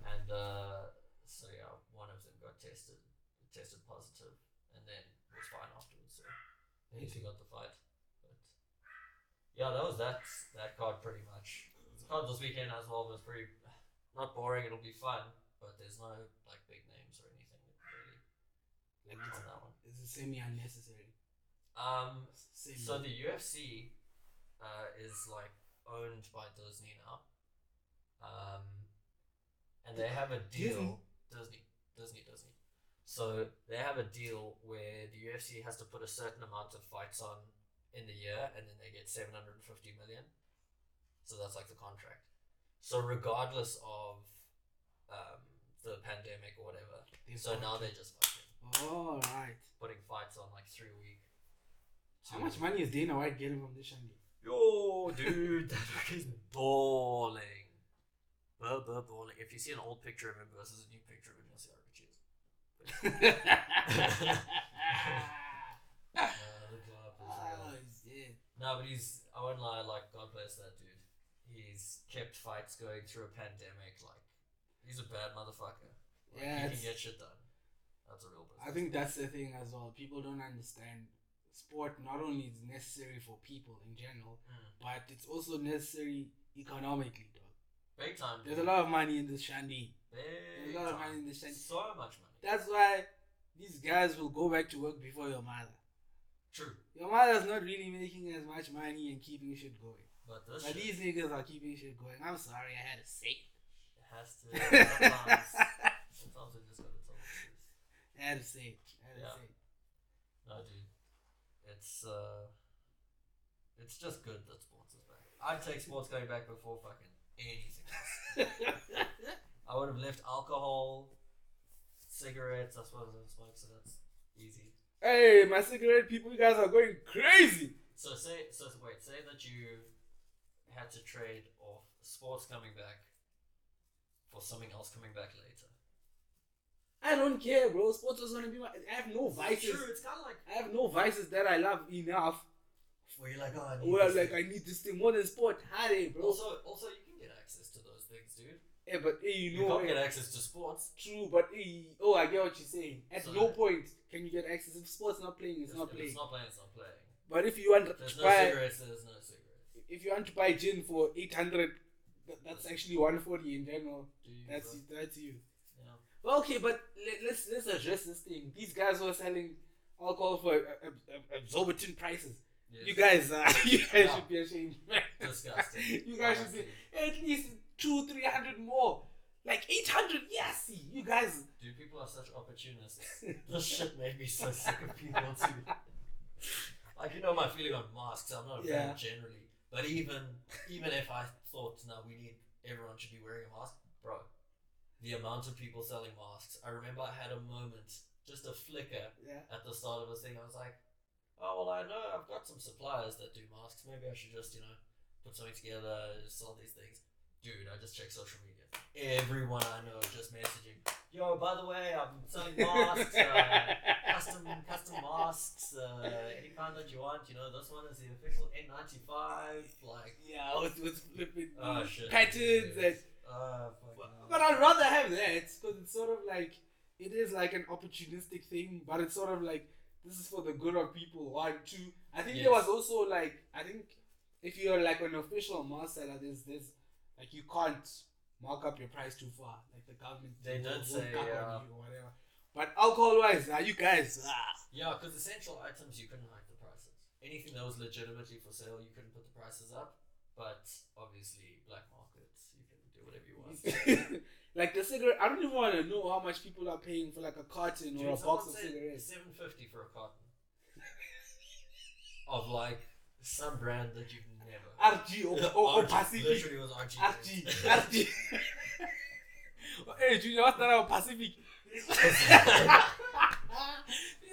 And uh, so yeah, one of them got tested, tested positive, and then was fine afterwards. So he Okay. got the fight. But yeah, that was that that card pretty much. The card this weekend as well was pretty not boring. It'll be fun, but there's no like big names or anything really Like, on it's, that one. it's semi unnecessary. Um, Semi. so the UFC uh, is like owned by Disney now, um, and they have a deal. Disney, Disney, Disney. So they have a deal where the UFC has to put a certain amount of fights on in the year, and then they get seven hundred and fifty million. So that's like the contract. So regardless of um, the pandemic or whatever, They so now fucked they're it. just fucking All right. putting fights on like three a week. How to- much money is Dana White getting from this Shandy? Yo, dude, that fucking balling. Bur, bur, balling. If you see an old picture of him versus a new picture of him, you'll see how rich he is. Uh, look him up, look him oh, up. shit. no, but he's, I won't lie, like, God bless that dude. He's kept fights going through a pandemic. Like, he's a bad motherfucker. Yeah, Like, he it's- can get shit done. That's a real I business. think that's the thing as well. People don't understand sport not only is necessary for people in general, Mm. but it's also necessary economically, dog. Big time. There's a dude. lot of money in this shandy. Big there's a lot of time. money in this thing. So much money. That's why these guys will go back to work before your mother. True. Your mother's not really making as much money and keeping shit going. But this But shit these niggas are keeping shit going. I'm sorry, I had to say it. has to. Sometimes, sometimes we just gotta tell the truth. I had to say it. I had to Yeah. say it. No, dude. It's uh, it's just good that sports is back. I'd take sports going back before fucking anything else. I would have left alcohol, cigarettes. I suppose I don't smoke, so that's easy. Hey, my cigarette people, you guys are going crazy. So say so wait. Say that you had to trade off sports coming back for something else coming back later. I don't care, bro. Sports is gonna be my. I have no Oh, vices. True, it's kind of like I have no vices that I love enough. where you're like, oh, I need Where this like thing. I need this thing more than sport. Hey, bro. Also, also you can get access to those things, dude. Yeah, but hey, you You know, can't eh, get access to sports. true. But hey, oh, I get what you're saying. At So- no point can you get access if sports not playing. It's If- not if playing. It's not playing. It's not playing. But if you want There's to no buy, cigarettes. There's no cigarettes. if you want to buy gin for eight hundred, that's actually one forty in general. Do you? That's bro? that's you. Yeah. Well, okay, but let, let's let's address this thing. These guys were selling alcohol for uh, uh, uh, exorbitant prices. Yes. You guys, uh, you guys Yeah. should be ashamed. Disgusting. you guys should be Honestly. at least two, three hundred more. Like eight hundred, yes. see, You guys, Dude, people are such opportunists. this shit made me so sick of people too. Like you know my feeling on masks. I'm not a Yeah. fan generally, but even even if I thought no, we need everyone should be wearing a mask, bro. The amount of people selling masks. I remember I had a moment, just a flicker, yeah. at the start of this thing, I was like, oh, well, I know I've got some suppliers that do masks. Maybe I should just, you know, put something together, sell these things. Dude, I just checked social media. Everyone I know just messaging, yo, by the way, I'm selling masks, uh, custom, custom masks, uh, any kind that you want. You know, this one is the official N95. Like, yeah, with with flipping oh, shit. patterns and. Uh, fucking hell. But I'd rather have that because it's sort of like it is like an opportunistic thing, but it's sort of like this is for the good of people. One, two. I think there was Yes. also like I think if you're like an official mask seller, there's this like you can't mark up your price too far. Like the government They will- did will say, cuck on yeah. you or whatever. But alcohol wise, uh, you guys, ah, Yeah, because essential items you couldn't hike the prices. Anything that was legitimately for sale, you couldn't put the prices up. But obviously, black markets, you can do whatever you want. like the cigarette, I don't even want to know how much people are paying for like a carton or a box of cigarettes. Seven fifty for a carton of like some brand that you've never. RG or, or, or RG, Pacific. Literally was Oh, RG. RG, RG. hey, Junior, what's that about Pacific?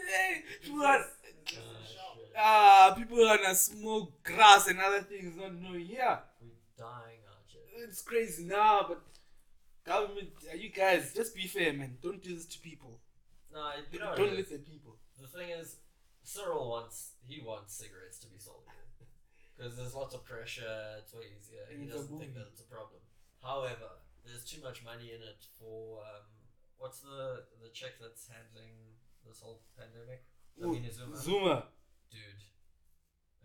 hey, people are, Uh, shit. ah, people are gonna smoke grass and other things, not knowing. Yeah, We're dying out here. it's crazy now, but government, uh, you guys, just be fair, man. Don't do this to people. No, you know what Don't it is. listen to people. The thing is, Cyril wants he wants cigarettes to be sold because there's lots of pressure. It's way easier. And he it's a doesn't think movie. that it's a problem. However, there's too much money in it for um, what's the the chick that's handling this whole pandemic? I Ooh, mean, Zuma. Zuma. dude.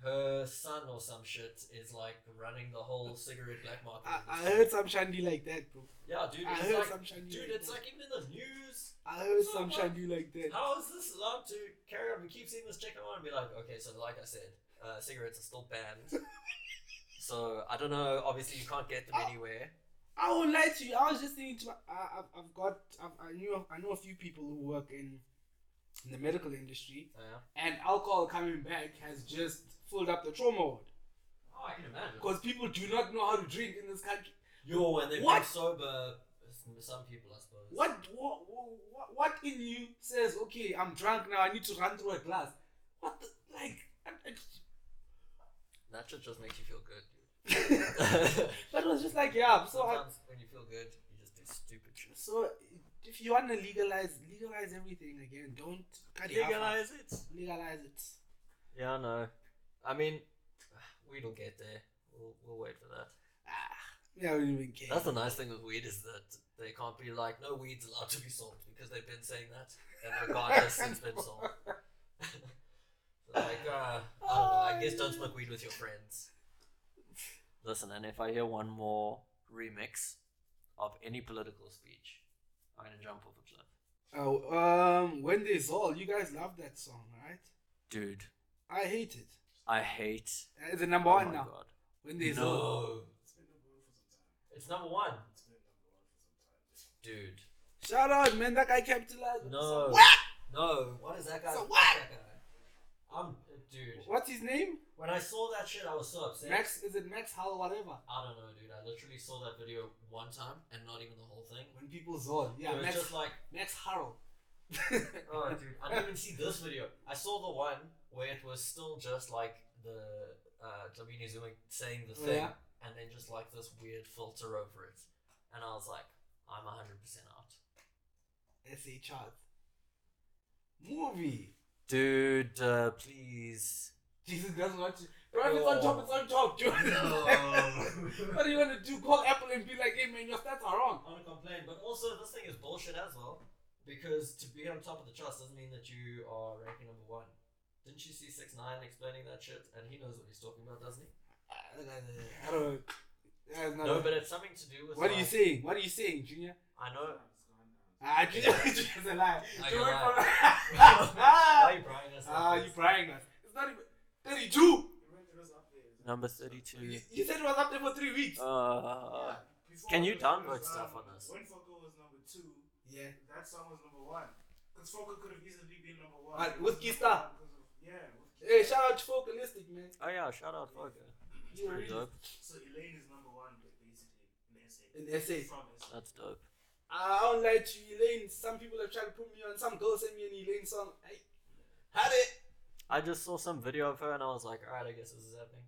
Her son or some shit is like running the whole cigarette black market. I, I industry. heard some shandy like that, bro. yeah, dude. I It's heard like, some shandy dude, like it's that. like even in the news. I heard some shandy like that. How is this allowed to carry on? We keep seeing this chicken on and be like, okay, so like I said, uh, cigarettes are still banned. so I don't know. Obviously, you can't get them Oh. anywhere. I won't lie to you. I was just thinking to. I, I've, I've got. I've, I knew. I know a few people who work in, in the medical industry, Oh, Yeah. and alcohol coming back has just filled up the trauma ward Oh, I can imagine. because people do not know how to drink in this country. Yo, and they've What? been sober. Some people, I suppose. What what what, what in you says? Okay, I'm drunk now. I need to run through a glass. What the like? I- I- That shit just makes you feel good, dude. That was just like yeah. I'm so I, Sometimes when you feel good, you just do stupid shit. so. If you want to legalize, legalize everything again. Don't cut it off. it. Legalize it. Yeah, I know. I mean, weed will get there. We'll, we'll wait for that. Ah, yeah, I don't even care. That's the nice thing with weed is that they can't be like, no weed's allowed to be sold because they've been saying that, and regardless, it's been sold. So, like, uh, I don't know. I guess Oh, don't smoke weed with your friends. Listen, and if I hear one more remix of any political speech, I'm gonna jump off a cliff, Oh, um, Wendy's All. You guys love that song, right? dude. I hate it. I hate. Uh, It's the number oh one my now. god. Wendy's All. No, it's number one, dude. Shout out, man. That guy capitalized. on No. the song. No. What is that guy? So what's what? that guy? I'm dude. What's his name? When I saw that shit, I was so upset. Max? Is it Max Hall? Whatever. I don't know, dude. I literally saw that video one time and not even the whole thing. When people Zol. Yeah, it was Max. just like, Max Harrell. oh, dude, I didn't even see this video. I saw the one where it was still just like the uh, Dlamini Zuma saying the Oh, thing, yeah. and then just like this weird filter over it, and I was like, I'm hundred percent out, S.A. Chart. Movie. dude. Uh, please. Jesus doesn't want to. Bro, if it's on top, it's on top. dude. No. what do you want to do? Call Apple and be like, hey, man, your stats are wrong. I'm gonna complain, but also this thing is bullshit as well. Because to be on top of the charts doesn't mean that you are ranking number one. Didn't you see Six Nine explaining that shit? And he knows what he's talking about, doesn't he? Uh, I don't know. That is not No, a- but it's something to do with. What are you like- saying? What are you saying, Junior? I know. Ah, Junior, Junior's a lie. I Don't worry lied. about it. Why are you Brian? That's Ah, not you this. prying us. It's not even 32. Number You, thirty-two. you said it was up there for three weeks. Uh, Can you downvote stuff on this? When Foco was number two, yeah. that song was number one. Because Foco could have easily been number one. Alright, Whiskey Star. Because of- Yeah. Whiskey Hey, Star. shout out to Focalistic, man. Oh yeah, shout out Fogger. You were really Dope. So Elaine is number one, but basically, in SA. in SA. From SA. That's dope. Ah, I don't lie to you, Elaine. Some people have tried to put me on. Some girl sent me an Elaine song. I had it. I just saw some video of her and I was like, alright, I guess this is happening.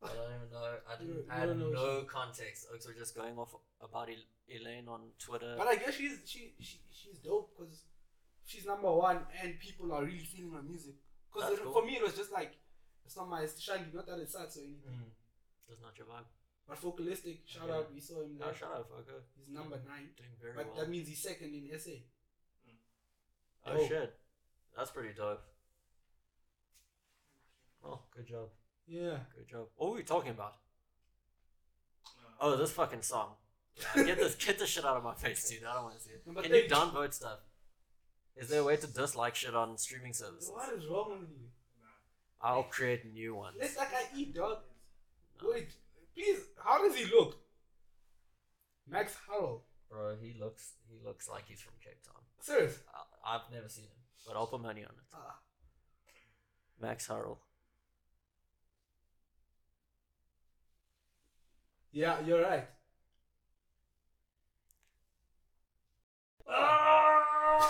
I don't even know. I You didn't. don't- I you had don't know no context. Oaks were just going off about El- Elaine on Twitter. But I guess she's she, she she's dope because she's number one and people are really feeling her music. Because That's for cool. me it was just like it's not my shandy, not that it sucks or anything. Mm. That's not your vibe. But Focalistic, shout Yeah. out, we saw him No, there. shout out, fucker. He's number nine. Doing very But well. that means he's second in SA. oh, Oh. shit. That's pretty dope. Oh, good job. Yeah. Good job. What were we talking about? Uh, Oh, this fucking song. Yeah, get this get this shit out of my face, dude. I don't want to see it. Number Can you 30. downvote stuff? Is there a way to dislike shit on streaming services? What is wrong with you? I'll create new ones. Let that guy eat, E, dog. No. Wait, please, how does he look? Max he looks he looks like he's from Cape Town. Serious? I, I've never seen him, but I'll put money on it. Ah. Max Harrell. Yeah, you're right.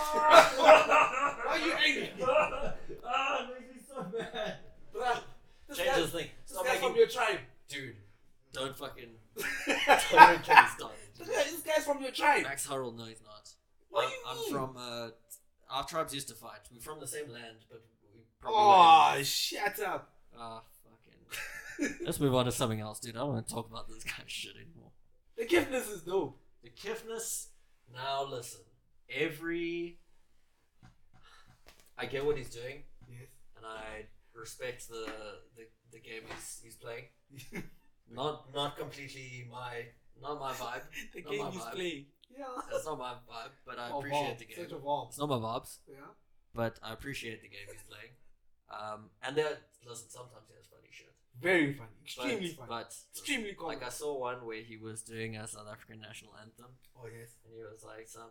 Why are you angry? ah, it makes me so mad. Bruh, this Change guy, this thing. this Stop guy making, from your tribe. dude. Don't fucking. this, Don't make guy, him start. this guy's from your tribe. Max Harrell, no, he's not. What I'm, do you I'm mean? from. Uh, our tribes used to fight. We're from the same land, but we probably. Oh, were enemies. shut up. Ah, fucking. Let's move on to something else, dude. I don't want to talk about this kind of shit anymore. The giftness is dope. The Kiffness. Now listen. Every. I get what he's doing, Yes. and I respect the the, the game he's, he's playing. Not not completely my not my vibe. the Not game my he's vibe. playing. Yeah. That's not my vibe, but I Evolve, appreciate the game. Such a bomb. It's not my vibes, Yeah. but I appreciate the game he's playing. Um, and there, listen, sometimes he has funny shit. Very funny. But- Extremely funny. But Extremely common. like I saw one where he was doing a South African national anthem, oh, yes. and he was like, "Some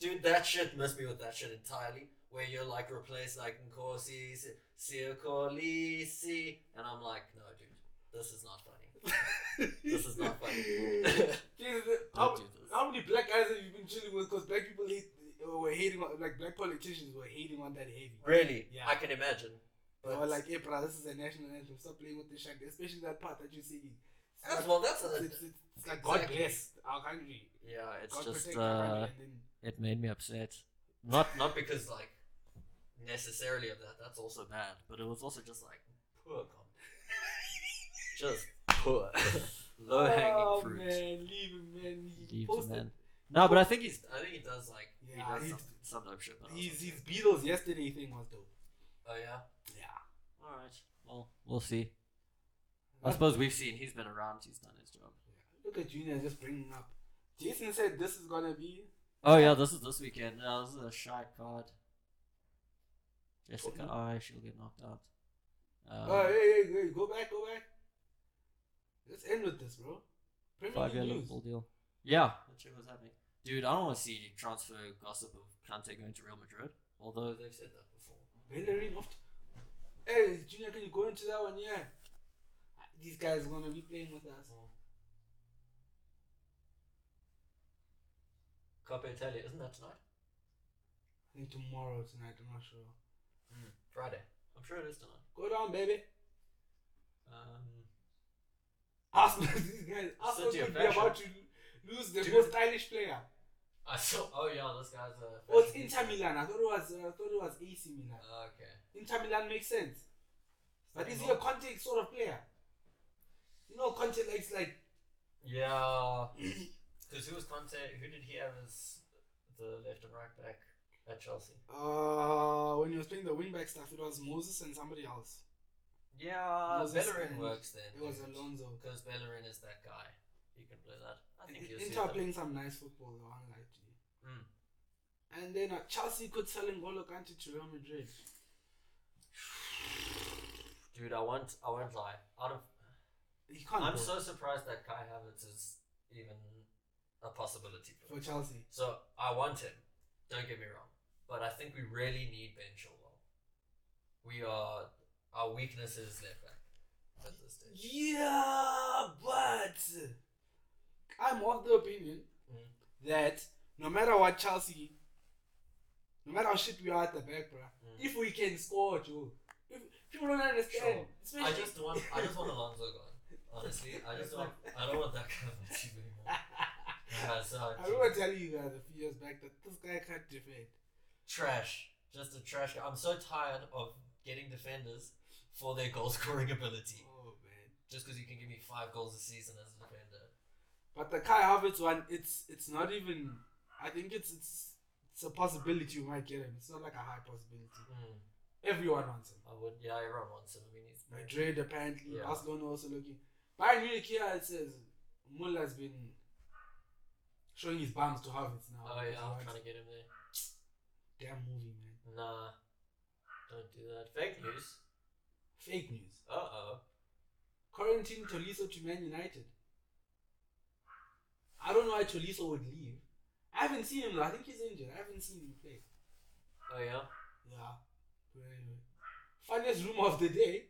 dude, that shit must be with that shit entirely." Where you're like replace like Nkosi, Si- Siyakolisi, and I'm like, no, dude, this is not funny. This is not funny. Jesus, how, Don't do this. how many black guys have you been chilling with? Because black people hate, uh, were hating, on, like black politicians were hating on that heavy. Really? Yeah. I can imagine. They But were like, hey, brother, this is a national anthem. Stop playing with this shit, especially that part that you're singing. It's That's- like- well, that's a- it's, it's, it's like God Exactly. bless our country. yeah, it's God just protect our uh, country. And then, it made me upset. Not not because like necessarily of that. That's also bad, but it was also just like poor con. just poor, low hanging oh, fruit. man, leave him, man. He Leave the posted. man. No, but I think he's. I think he does like. Yeah, he he- does some, some dope shit. but I was His, like, his Beatles yesterday thing was dope. Oh yeah. Yeah. All right. Well, we'll see. I suppose we've seen he's been around. He's done his job. Look at Junior just bringing up. Jason said this is gonna be. Oh yeah, this is this weekend. No, this is a shy card. Jessica, Courtney? I she'll get knocked out. Um, oh, hey, hey, hey, go back, go back. Let's end with this, bro. Premier five year League news. Liverpool deal. Yeah, that's shit was happening. Dude, I don't want to see transfer gossip of Kante going to Real Madrid. Although they've said that before. Bellerin off. Hey, Junior, can you go into that one? Yeah. These guys are gonna be playing with us. Coppa Italia, isn't that tonight? I think tomorrow tonight. I'm not sure. Friday. I'm sure it is tonight. Go down, baby. Um, Arsenal, these guys. Arsenal City of could be about to fashion. lose the Dude. most stylish player. I saw. Oh yeah, this guy's a. Oh, it's Inter Milan. I thought it was. Uh, I thought it was AC Milan. Ah, Okay. Inter Milan makes sense. But is he a Conte sort of player? You know, Conte likes like Yeah. Because who was Conte? Who did he have as the left and right back at Chelsea? uh when he was playing the wingback stuff, it was Moses and somebody else. Yeah, Moses Bellerin and- works then. It was Alonso. Because Bellerin is that guy. He can play that. I think he'll Inter are see playing some nice football though, unlikely. Mm. And then uh, Chelsea could sell N'Golo Kante to Real Madrid. Dude, I won't. I won't lie. Out of, He can't I'm go so surprised that Kai Havertz is even a possibility for for Chelsea. So I want him. Don't get me wrong, but I think we really need Ben Chilwell. We are our weakness is left back at this stage. Yeah, but I'm of the opinion Mm. that no matter what Chelsea, no matter how shit we are at the back, bruh, Mm. if we can score, Joe, if people don't understand, Sure. I especially just want. I just want Alonso gone. Honestly, I just want. I don't want that kind of a team anymore. Yeah, so I remember telling you guys a few years back that this guy can't defend. trash. Just a trash guy. I'm so tired of getting defenders for their goal scoring ability. Oh man! Just because you can give me five goals a season as a defender. But the Kai Havertz one, it's it's not even. I think it's it's it's a possibility you might get him. It's not like a high possibility. Mm, Everyone wants him. I would. Yeah, everyone wants him. I mean, he's Madrid apparently, Yeah. Barcelona also looking. Bayern Munich here it says Muller's been showing his bums to Havertz now. Oh yeah, I'm Because trying to get him there. he wants- Damn movie, man. Nah, don't do that. Fake news. Fake news. Uh oh. Quarantine Tolisso to Man United. I don't know why Tolisso would leave. I haven't seen him. though. I think he's injured. I haven't seen him play. Oh yeah. Yeah. But anyway, funniest rumor of the day.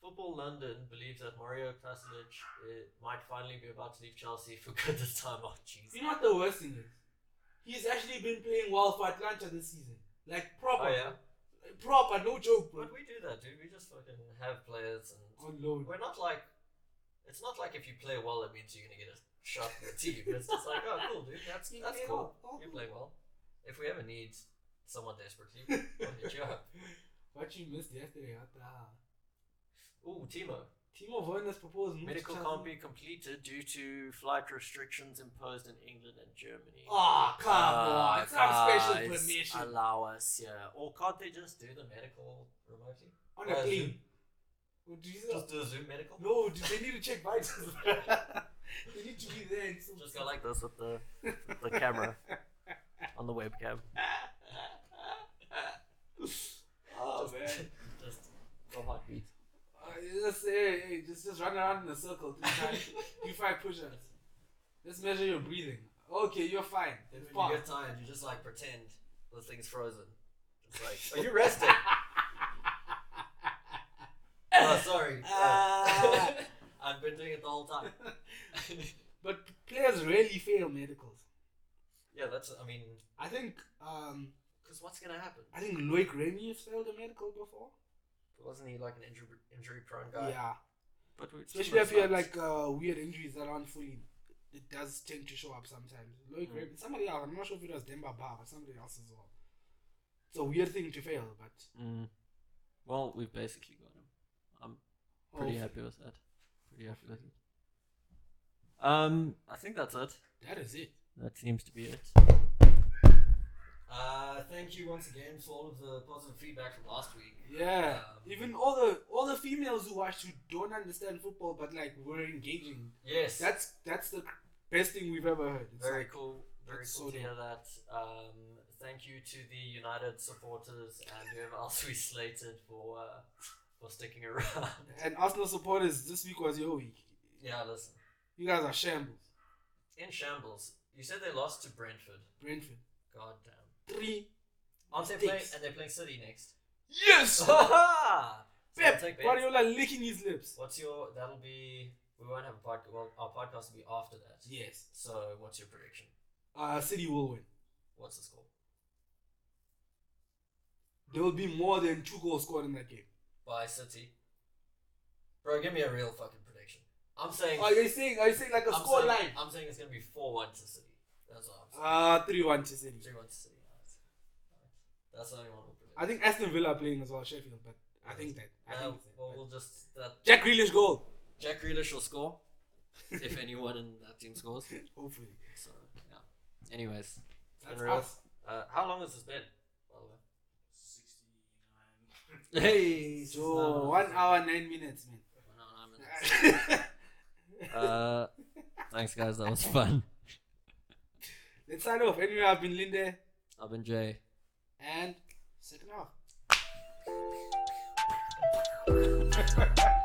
Football London believes that Mario Krasnick uh, might finally be about to leave Chelsea for good this time. Oh jeez. You know what the worst thing is? He's actually been playing well for Atlanta this season. Like proper, Oh yeah. proper, no joke, bro. But we do that, dude. We just fucking have players and On loan. we're not like. It's not like if you play well, it means you're gonna get a shot in the team. It's just like, oh cool, dude. That's You that's play cool. well. Oh, You cool. play well. If we ever need someone desperately, we'll hit you up. What you missed yesterday? What the hell? Ooh, Timo. Timo Werner's proposed move Medical to can't be completed due to flight restrictions imposed in England and Germany. Oh, come on! Uh, It's not special guys, permission. Allow us, yeah. Or can't they just do the medical remotely? on a uh, plane. Zoom. Oh, do you see Just do a Zoom medical? No, dude, they need to check vitals. they need to be there. And so Just go like this with the, with the camera on the webcam. oh just, man. Just go heartbeat. Uh, just, hey, hey, just just run around in a circle. Do five, do five push-ups. Let's measure your breathing. Okay, you're fine. Then It's when you fine. get tired, you just like pretend the thing's frozen. Just like, are you resting? oh, sorry. Uh, Ah. I've been doing it the whole time. But players rarely fail medicals. yeah, that's, I mean, I think um because what's going to happen? I think Loic Remy failed a medical before. Wasn't he like an injury, injury prone guy? Yeah, But we- especially if you had like uh, weird injuries that aren't fully. It does tend to show up sometimes. Loic Mm. Remy, somebody else. I'm not sure if it was Demba Ba, but somebody else as well. It's a weird thing to fail, but Mm. Well, we've basically got him. I'm pretty hopefully. happy with that. Pretty happy with it. Um, I think that's it. That is it. That seems to be it. Uh, thank you once again for all of the positive feedback from last week. Yeah, Um, even all the all the females who watch who don't understand football, but like we're engaging. Yes, That's that's the best thing we've ever heard. It's very like, cool. Very that's cool so to hear that. Um, thank you to the United supporters and whoever else we slated for uh, for sticking around. and Arsenal supporters, this week was your week. yeah, listen, You guys are shambles. in shambles. You said they lost to Brentford. Brentford God damn. three. Aren't they playing? Mistakes. And they're playing City next. Yes. Pep, Pep Guardiola licking his lips. What's your? That'll be. We won't have a podcast. Well, our podcast will be after that. Yes. So, what's your prediction? Uh, City will win. What's the score? There will be more than two goals scored in that game. By City. Bro, give me a real fucking prediction. I'm saying. Are Oh, you saying? Are you saying like a I'm score saying, line? I'm saying it's gonna be four-one to City. That's what I'm saying. Uh, three one to City. Three-one to City. Alright. Alright. That's the only one we'll predict. I think Aston Villa are playing as well, Sheffield. But I think that. I Uh, think it's that. well, But- we'll just that Jack Grealish goal. Jack Grealish will score if anyone in that team scores. Hopefully. So yeah. Anyways, That's been real. us. Uh, how long has this been? By the way. 69. Hey, So one hour nine minutes, man. Uh, thanks, guys. That was fun. Let's sign off. Anyway, I've been Linde I've been Jay. and second half.